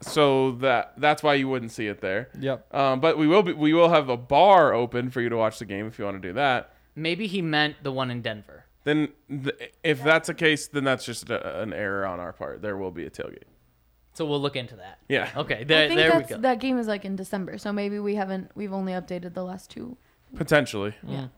S2: So that that's why you wouldn't see it there.
S4: Yep.
S2: Um, but we will be, we will have a bar open for you to watch the game if you want to do that.
S3: Maybe he meant the one in Denver.
S2: then th- if that's the case, then that's just a, an error on our part. There will be a tailgate.
S3: So we'll look into that.
S2: Yeah.
S3: Okay.
S5: I
S3: There,
S5: think
S3: there we
S5: that's,
S3: go.
S5: that game is like in December, so maybe we haven't. We've only updated the last two.
S2: Potentially.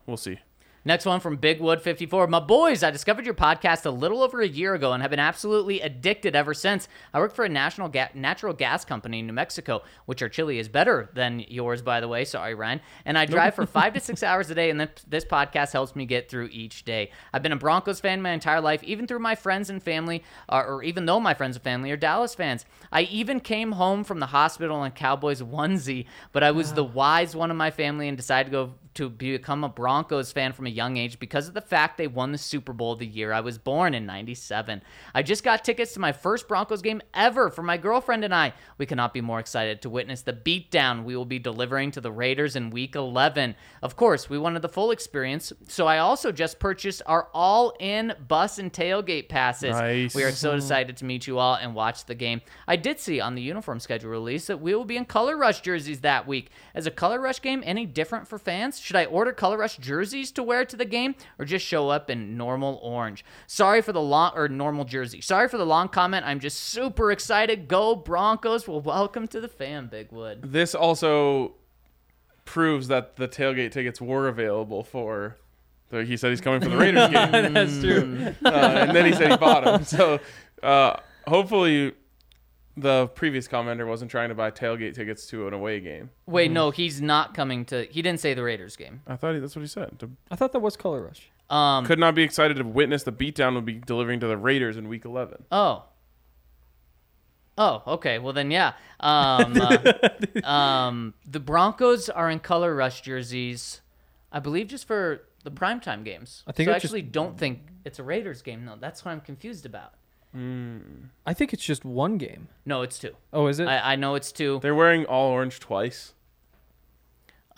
S2: We'll see.
S3: Next one from Big Wood 54. My boys, I discovered your podcast a little over a year ago and have been absolutely addicted ever since. I work for a national ga- natural gas company in New Mexico, which our chili is better than yours, by the way. Sorry, Ryan. And I drive for five to six hours a day, and th- this podcast helps me get through each day. I've been a Broncos fan my entire life, even through my friends and family, or, or even though my friends and family are Dallas fans. I even came home from the hospital in a Cowboys onesie, but I was the wise one in my family and decided to go to become a Broncos fan from a young age because of the fact they won the Super Bowl the year I was born in 97. I just got tickets to my first Broncos game ever for my girlfriend and I. We cannot be more excited to witness the beatdown we will be delivering to the Raiders in week 11. Of course, we wanted the full experience, so I also just purchased our all in bus and tailgate passes.
S2: Nice.
S3: We are so excited to meet you all and watch the game. I did see on the uniform schedule release that we will be in Color Rush jerseys that week. Is a Color Rush game any different for fans? Should I order Color Rush jerseys to wear to the game or just show up in normal orange? Sorry for the long or normal jersey. Sorry for the long comment. I'm just super excited. Go Broncos. Well, welcome to the fan, Bigwood.
S2: This also proves that the tailgate tickets were available for. So he said he's coming for the Raiders game, uh,
S4: That's true.
S2: and then he said he bought them. So uh, hopefully, the previous commenter wasn't trying to buy tailgate tickets to an away game.
S3: Wait, no, he's not coming to. He didn't say the Raiders game.
S2: I thought he, that's what he said. To-
S4: I thought that was color rush.
S3: Um.
S2: could not be excited to witness the beatdown we'll be delivering to the Raiders in Week 11.
S3: Oh. Oh, okay. Well then, yeah. Um, uh, um, the Broncos are in color rush jerseys, I believe, just for the primetime games.
S4: I think
S3: so I
S4: it's just-
S3: actually don't think it's a Raiders game though. That's what I'm confused about.
S4: I think it's just one game.
S3: No, it's two.
S4: Oh, is it?
S3: I, I know it's two.
S2: They're wearing all orange twice.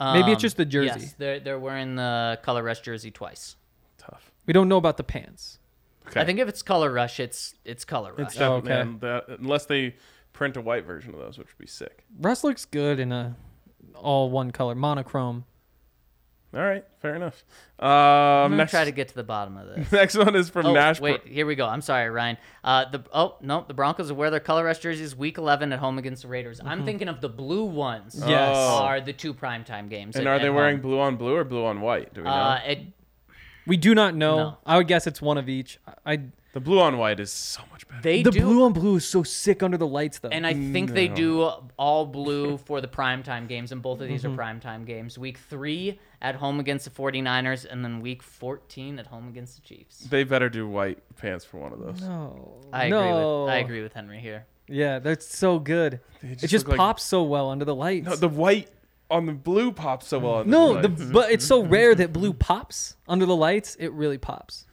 S4: Maybe it's
S3: Um,
S4: just the jersey.
S3: Yes, they're they're wearing the color rush jersey twice.
S2: Tough.
S4: we don't know about the pants.
S2: Okay.
S3: I think if it's color rush, it's it's color rush.
S2: it's definitely
S4: okay.
S2: on that- unless they print a white version of those, which would be sick.
S4: Russ looks good in a all one color monochrome.
S2: All right, fair enough. Um,
S3: I'm gonna
S2: next,
S3: try to get to the bottom of this.
S2: next one is from
S3: Oh,
S2: Nashville.
S3: wait, here we go. I'm sorry, Ryan. Uh, the oh no, the Broncos will wear their color rush jerseys week 11 at home against the Raiders.
S2: Mm-hmm.
S3: I'm thinking of the blue ones.
S4: Yes. Oh.
S3: are the two primetime games.
S2: And
S3: at-
S2: are they
S3: at
S2: wearing
S3: home.
S2: blue on blue or blue on white? Do we know?
S3: Uh, it,
S4: We do not know.
S3: No.
S4: I would guess it's one of each. I, I
S2: the blue on white is so much better.
S3: they
S4: the
S3: do,
S4: blue on blue is so sick under the lights though.
S3: and I think they do all blue for the primetime games, and both of these
S4: Mm-hmm.
S3: are primetime games. Week three at home against the 49ers, and then week 14 at home against the Chiefs.
S2: They better do white pants for one of those.
S4: oh,
S3: I
S4: no.
S3: agree with I agree with Henry here.
S4: Yeah, that's so good.
S2: just
S4: it just
S2: look like-
S4: pops so well under the lights.
S2: No, the white on the blue pops so well. on
S4: No, the,
S2: lights.
S4: but it's so rare that blue pops under the lights. It really pops.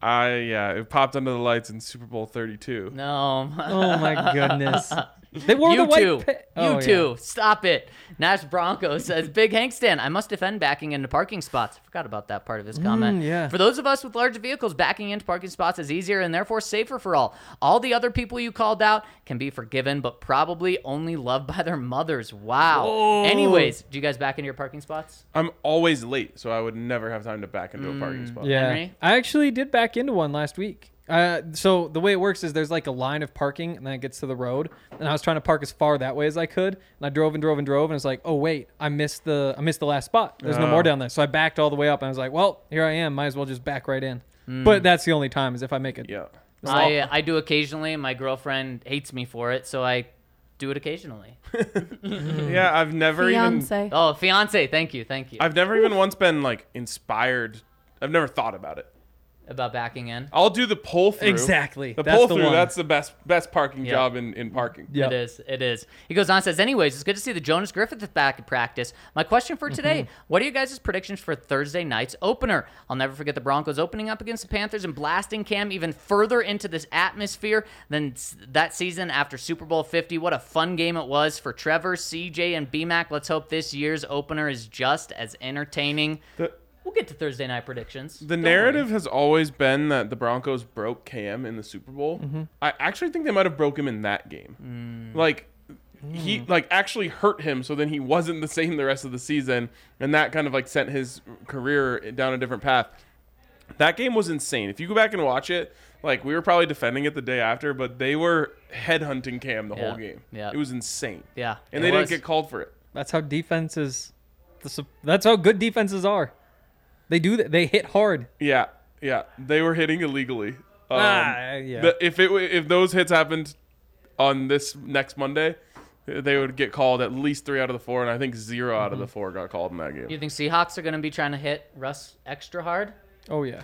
S2: I yeah, it popped under the lights in Super Bowl 32.
S3: No,
S4: Oh my goodness! They wore the
S3: You
S4: white.
S3: too.
S4: pa-
S3: you
S4: Oh,
S3: too. Stop it. Nash Bronco says, Big Hank Stan, I must defend backing into parking spots. I forgot about that part of his comment.
S4: Mm, yeah.
S3: For those of us with large vehicles, backing into parking spots is easier and therefore safer for all. All the other people you called out can be forgiven, but probably only loved by their mothers. Wow. Anyways, do you guys back into your parking spots?
S2: I'm always late, so I would never have time to back into a
S3: Mm,
S2: parking spot.
S4: Yeah,
S3: Henry?
S4: I actually did back into one last week. Uh, so the way it works is there's like a line of parking, and then it gets to the road. And I was trying to park as far that way as I could, and I drove and drove and drove, and it's like, oh wait, I missed the I missed the last spot. There's no more down there, so I backed all the way up, and I was like, well, here I am. Might as well just back right in. But that's the only time is if I make it.
S2: Yeah.
S3: I, I do occasionally. My girlfriend hates me for it, so I do it occasionally.
S2: Yeah, I've never even
S5: Fiance.
S3: Oh, fiance. Thank you. Thank you.
S2: I've never even once been like inspired. I've never thought about it.
S3: About backing in.
S2: I'll do the pull through.
S4: Exactly.
S2: The
S4: That's
S2: pull
S4: the
S2: through,
S4: one.
S2: that's the best best parking
S3: Yeah.
S2: job in, in parking.
S4: Yeah.
S3: It is. It is. He goes on and says, anyways, it's good to see the Jonas Griffith back at practice. My question for today
S2: Mm-hmm.
S3: what are you guys' predictions for Thursday night's opener? I'll never forget the Broncos opening up against the Panthers and blasting Cam even further into this atmosphere than s- that season after Super Bowl 50. What a fun game it was for Trevor, CJ, and BMAC. Let's hope this year's opener is just as entertaining.
S2: The-
S3: we'll get to Thursday night predictions.
S2: The narrative has always been that the Broncos broke Cam in the Super Bowl.
S3: Mm-hmm.
S2: I actually think they might have broke him in that game.
S3: Mm.
S2: Like he like actually hurt him, so then he wasn't the same the rest of the season, and that kind of like sent his career down a different path. That game was insane. If you go back and watch it, like we were probably defending it the day after, but they were headhunting Cam the
S3: Yeah.
S2: whole game.
S3: Yeah.
S2: it was insane.
S3: Yeah,
S2: and they
S3: it was.
S2: didn't get called for it.
S4: That's how defenses. the sup- That's how good defenses are. They do that. They hit hard.
S2: Yeah, yeah, they were hitting illegally. Um,
S4: Ah, yeah.
S2: the- if it wa- if those hits happened on this next Monday, they would get called at least three out of the four, and I think 0 out
S4: Mm-hmm.
S2: of the four got called in that game.
S3: You think Seahawks are going to be trying to hit Russ extra hard?
S4: Oh yeah,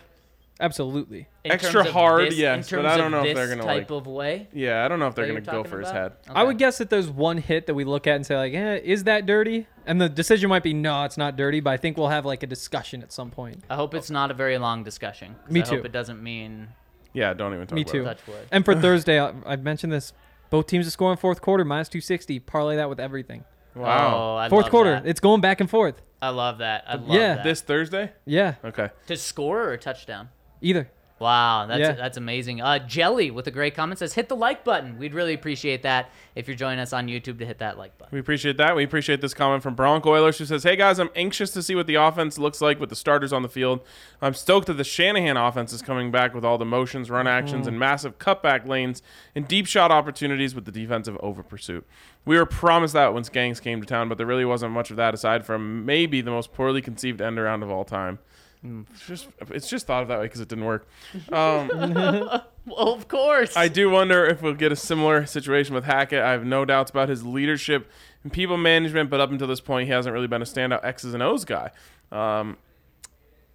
S4: absolutely.
S3: In
S2: Extra
S3: terms of
S2: hard,
S3: this,
S2: yes,
S3: in
S2: but
S3: terms
S2: I don't
S3: of
S2: know if
S3: this
S2: they're gonna,
S3: type
S2: like-
S3: of way.
S2: yeah, I don't know if they're
S3: that
S2: gonna
S3: you're
S2: go
S3: talking
S2: for his
S3: about?
S2: head.
S4: I
S3: Okay.
S4: would guess that there's one hit that we look at and say like, eh, is that dirty? And the decision might be no, it's not dirty. But I think we'll have like a discussion at some point.
S3: I hope it's not a very long discussion. 'cause
S4: Me
S3: I hope
S4: too.
S3: it doesn't mean
S2: Yeah, don't even talk
S4: Me
S2: about
S4: too.
S2: it.
S3: touch wood.
S4: And for Thursday, I, I mentioned this. Both teams to score in fourth quarter minus 260. Parlay that with everything.
S2: Wow.
S3: Oh, I
S4: Fourth
S3: love
S4: quarter,
S3: that.
S4: it's going back and forth.
S3: I love that. I love
S4: Yeah.
S3: that.
S2: This Thursday?
S4: Yeah,
S2: Okay.
S3: to score or a touchdown.
S4: either.
S3: Wow, that's
S4: Yeah.
S3: that's amazing. Uh, Jelly with a great comment says, "Hit the like button. We'd really appreciate that if you're joining us on YouTube to hit that like button."
S2: We appreciate that. We appreciate this comment from Bronco Oilers who says, Hey guys, I'm anxious to see what the offense looks like with the starters on the field. I'm stoked that the Shanahan offense is coming back with all the motions, run actions, and massive cutback lanes and deep shot opportunities with the defensive over pursuit. We were promised that when Skanks came to town, but there really wasn't much of that aside from maybe the most poorly conceived end around of all time. It's just, it's just thought of that way because it didn't work.
S3: Well, of course.
S2: I do wonder if we'll get a similar situation with Hackett. I have no doubts about his leadership and people management, but up until this point, he hasn't really been a standout X's and O's guy. Um,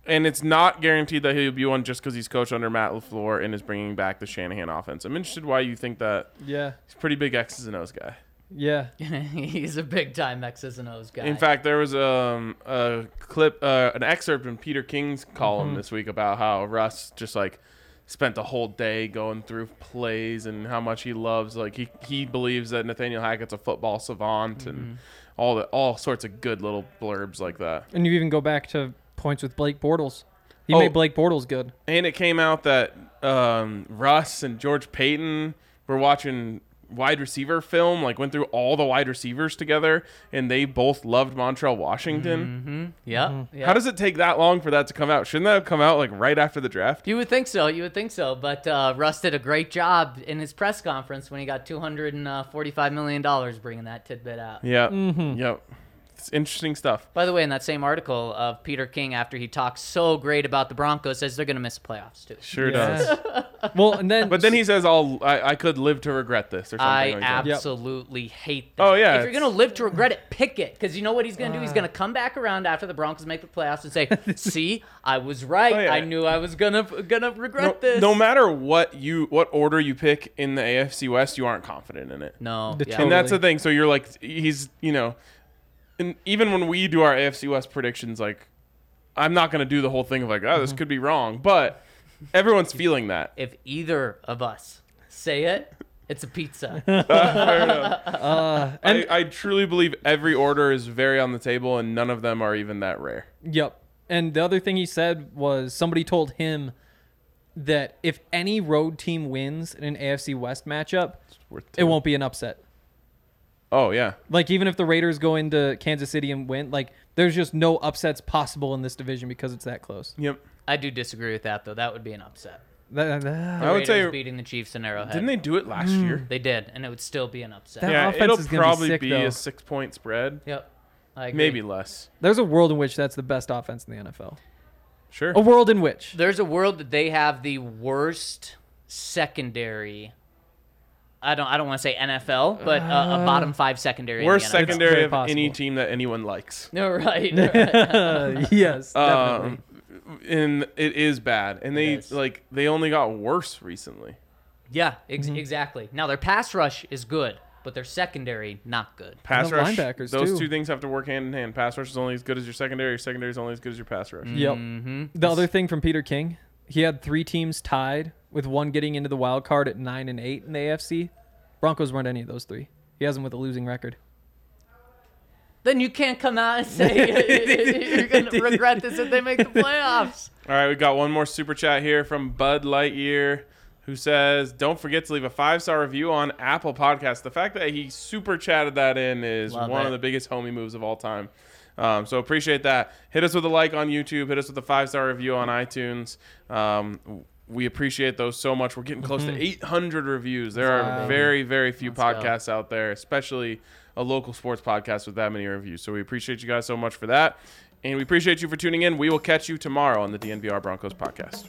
S2: and it's not guaranteed that he'll be one just because he's coached under Matt LaFleur and is bringing back the Shanahan offense. I'm interested why you think that
S4: Yeah.
S2: he's a pretty big X's and O's guy.
S4: Yeah.
S3: He's a big time X's and O's guy.
S2: In fact, there was um, a clip, uh, an excerpt in Peter King's column this week about how Russ just like spent the whole day going through plays and how much he loves. Like he he believes that Nathaniel Hackett's a football savant and all the all sorts of good little blurbs like that.
S4: And you even go back to points with Blake Bortles. He
S2: Oh.
S4: made Blake Bortles good.
S2: And it came out that um, Russ and George Payton were watching wide receiver film, like went through all the wide receivers together, and they both loved Montreal Washington.
S3: yeah.
S4: Mm-hmm.
S3: yeah.
S2: How does it take that long for that to come out? Shouldn't that have come out like right after the draft?
S3: You would think so. You would think so. But uh, Russ did a great job in his press conference when he got $245 uh, million bringing that tidbit out.
S2: Yeah.
S3: Mm-hmm.
S2: Yep. It's interesting stuff.
S3: By the way, in that same article of Peter King, after he talks so great about the Broncos, says they're going to miss the playoffs too.
S2: Sure does.
S4: Yeah. well, and then
S2: But then he says, "I'll I, I could live to regret this" or something
S3: I
S2: like that.
S3: absolutely hate that.
S2: Oh, yeah,
S3: If you're
S2: it's- Uh.
S3: going to live to regret it, pick it. Because you know what he's going to do? He's going to come back around after the Broncos make the playoffs and say, see, I was right.
S2: Oh, yeah.
S3: I knew I was going to gonna
S2: No,
S3: regret this.
S2: no matter what you what order you pick in the AFC West, you aren't confident in it.
S3: No. yeah.
S4: The Totally.
S2: And that's the thing. So you're like, he's, you know, and even when we do our AFC West predictions, like, I'm not going to do the whole thing of like, oh, this
S3: Mm-hmm.
S2: could be wrong. But everyone's feeling that.
S3: if either of us say it, it's a pizza.
S4: Uh,
S2: I, I truly believe every order is very on the table and none of them are even that rare.
S4: Yep. And the other thing he said was somebody told him that if any road team wins in an AFC West matchup,
S2: worth
S4: it won't be an upset.
S2: Oh, yeah.
S4: Like even if the Raiders go into Kansas City and win, like there's just no upsets possible in this division because it's that close.
S2: Yep.
S3: I do disagree with that though. That would be an upset.
S4: That- that-
S2: I would
S3: Raiders
S2: say,
S3: beating the Chiefs in Arrowhead.
S2: didn't they do it last year?
S3: They did, and it would still be an upset.
S4: That-
S2: Yeah,
S4: Hmm. offense
S2: it'll
S4: is gonna be
S2: probably
S4: sick,
S2: be
S4: though.
S2: a six point spread,
S3: yep. I agree.
S2: maybe less.
S4: there's a world in which that's the best offense in the NFL.
S2: Sure.
S4: A world in which
S3: There's a world that they have the worst secondary. I don't. I don't want to say NFL, but uh, a bottom five secondary. in the
S2: Worst
S3: NFL.
S2: secondary
S4: very
S2: of any
S4: possible.
S2: team that anyone likes.
S3: No right. right.
S4: yes, definitely.
S2: Um, and it is bad. And they,
S3: is.
S2: like, they only got worse recently.
S3: yeah. Ex- Exactly. Now their pass rush is good, but their secondary not good.
S2: Pass
S4: the
S2: rush.
S4: linebackers,
S2: those
S4: too.
S2: two things have to work hand in hand. Pass rush is only as good as your secondary. Your secondary is only as good as your pass rush.
S4: Yep. The other thing from Peter King, he had three teams tied with one getting into the wild card at nine and eight in the AFC. Broncos weren't any of those three. He has them with a losing record.
S3: Then you can't come out and say you're gonna regret this if they make the playoffs.
S2: All right, we got one more super chat here from Bud Lightyear, who says, "Don't forget to leave a five star review on Apple Podcasts." The fact that he super chatted that in is
S3: Love
S2: one
S3: it.
S2: of the biggest homie moves of all time. Um, so appreciate that. Hit us with a like on YouTube. Hit us with a five star review on iTunes. Um, we appreciate those so much. We're getting close to 800 reviews. There are very, very few podcasts out there, especially a local sports podcast with that many reviews. So we appreciate you guys so much for that. And we appreciate you for tuning in. We will catch you tomorrow on the DNVR Broncos podcast.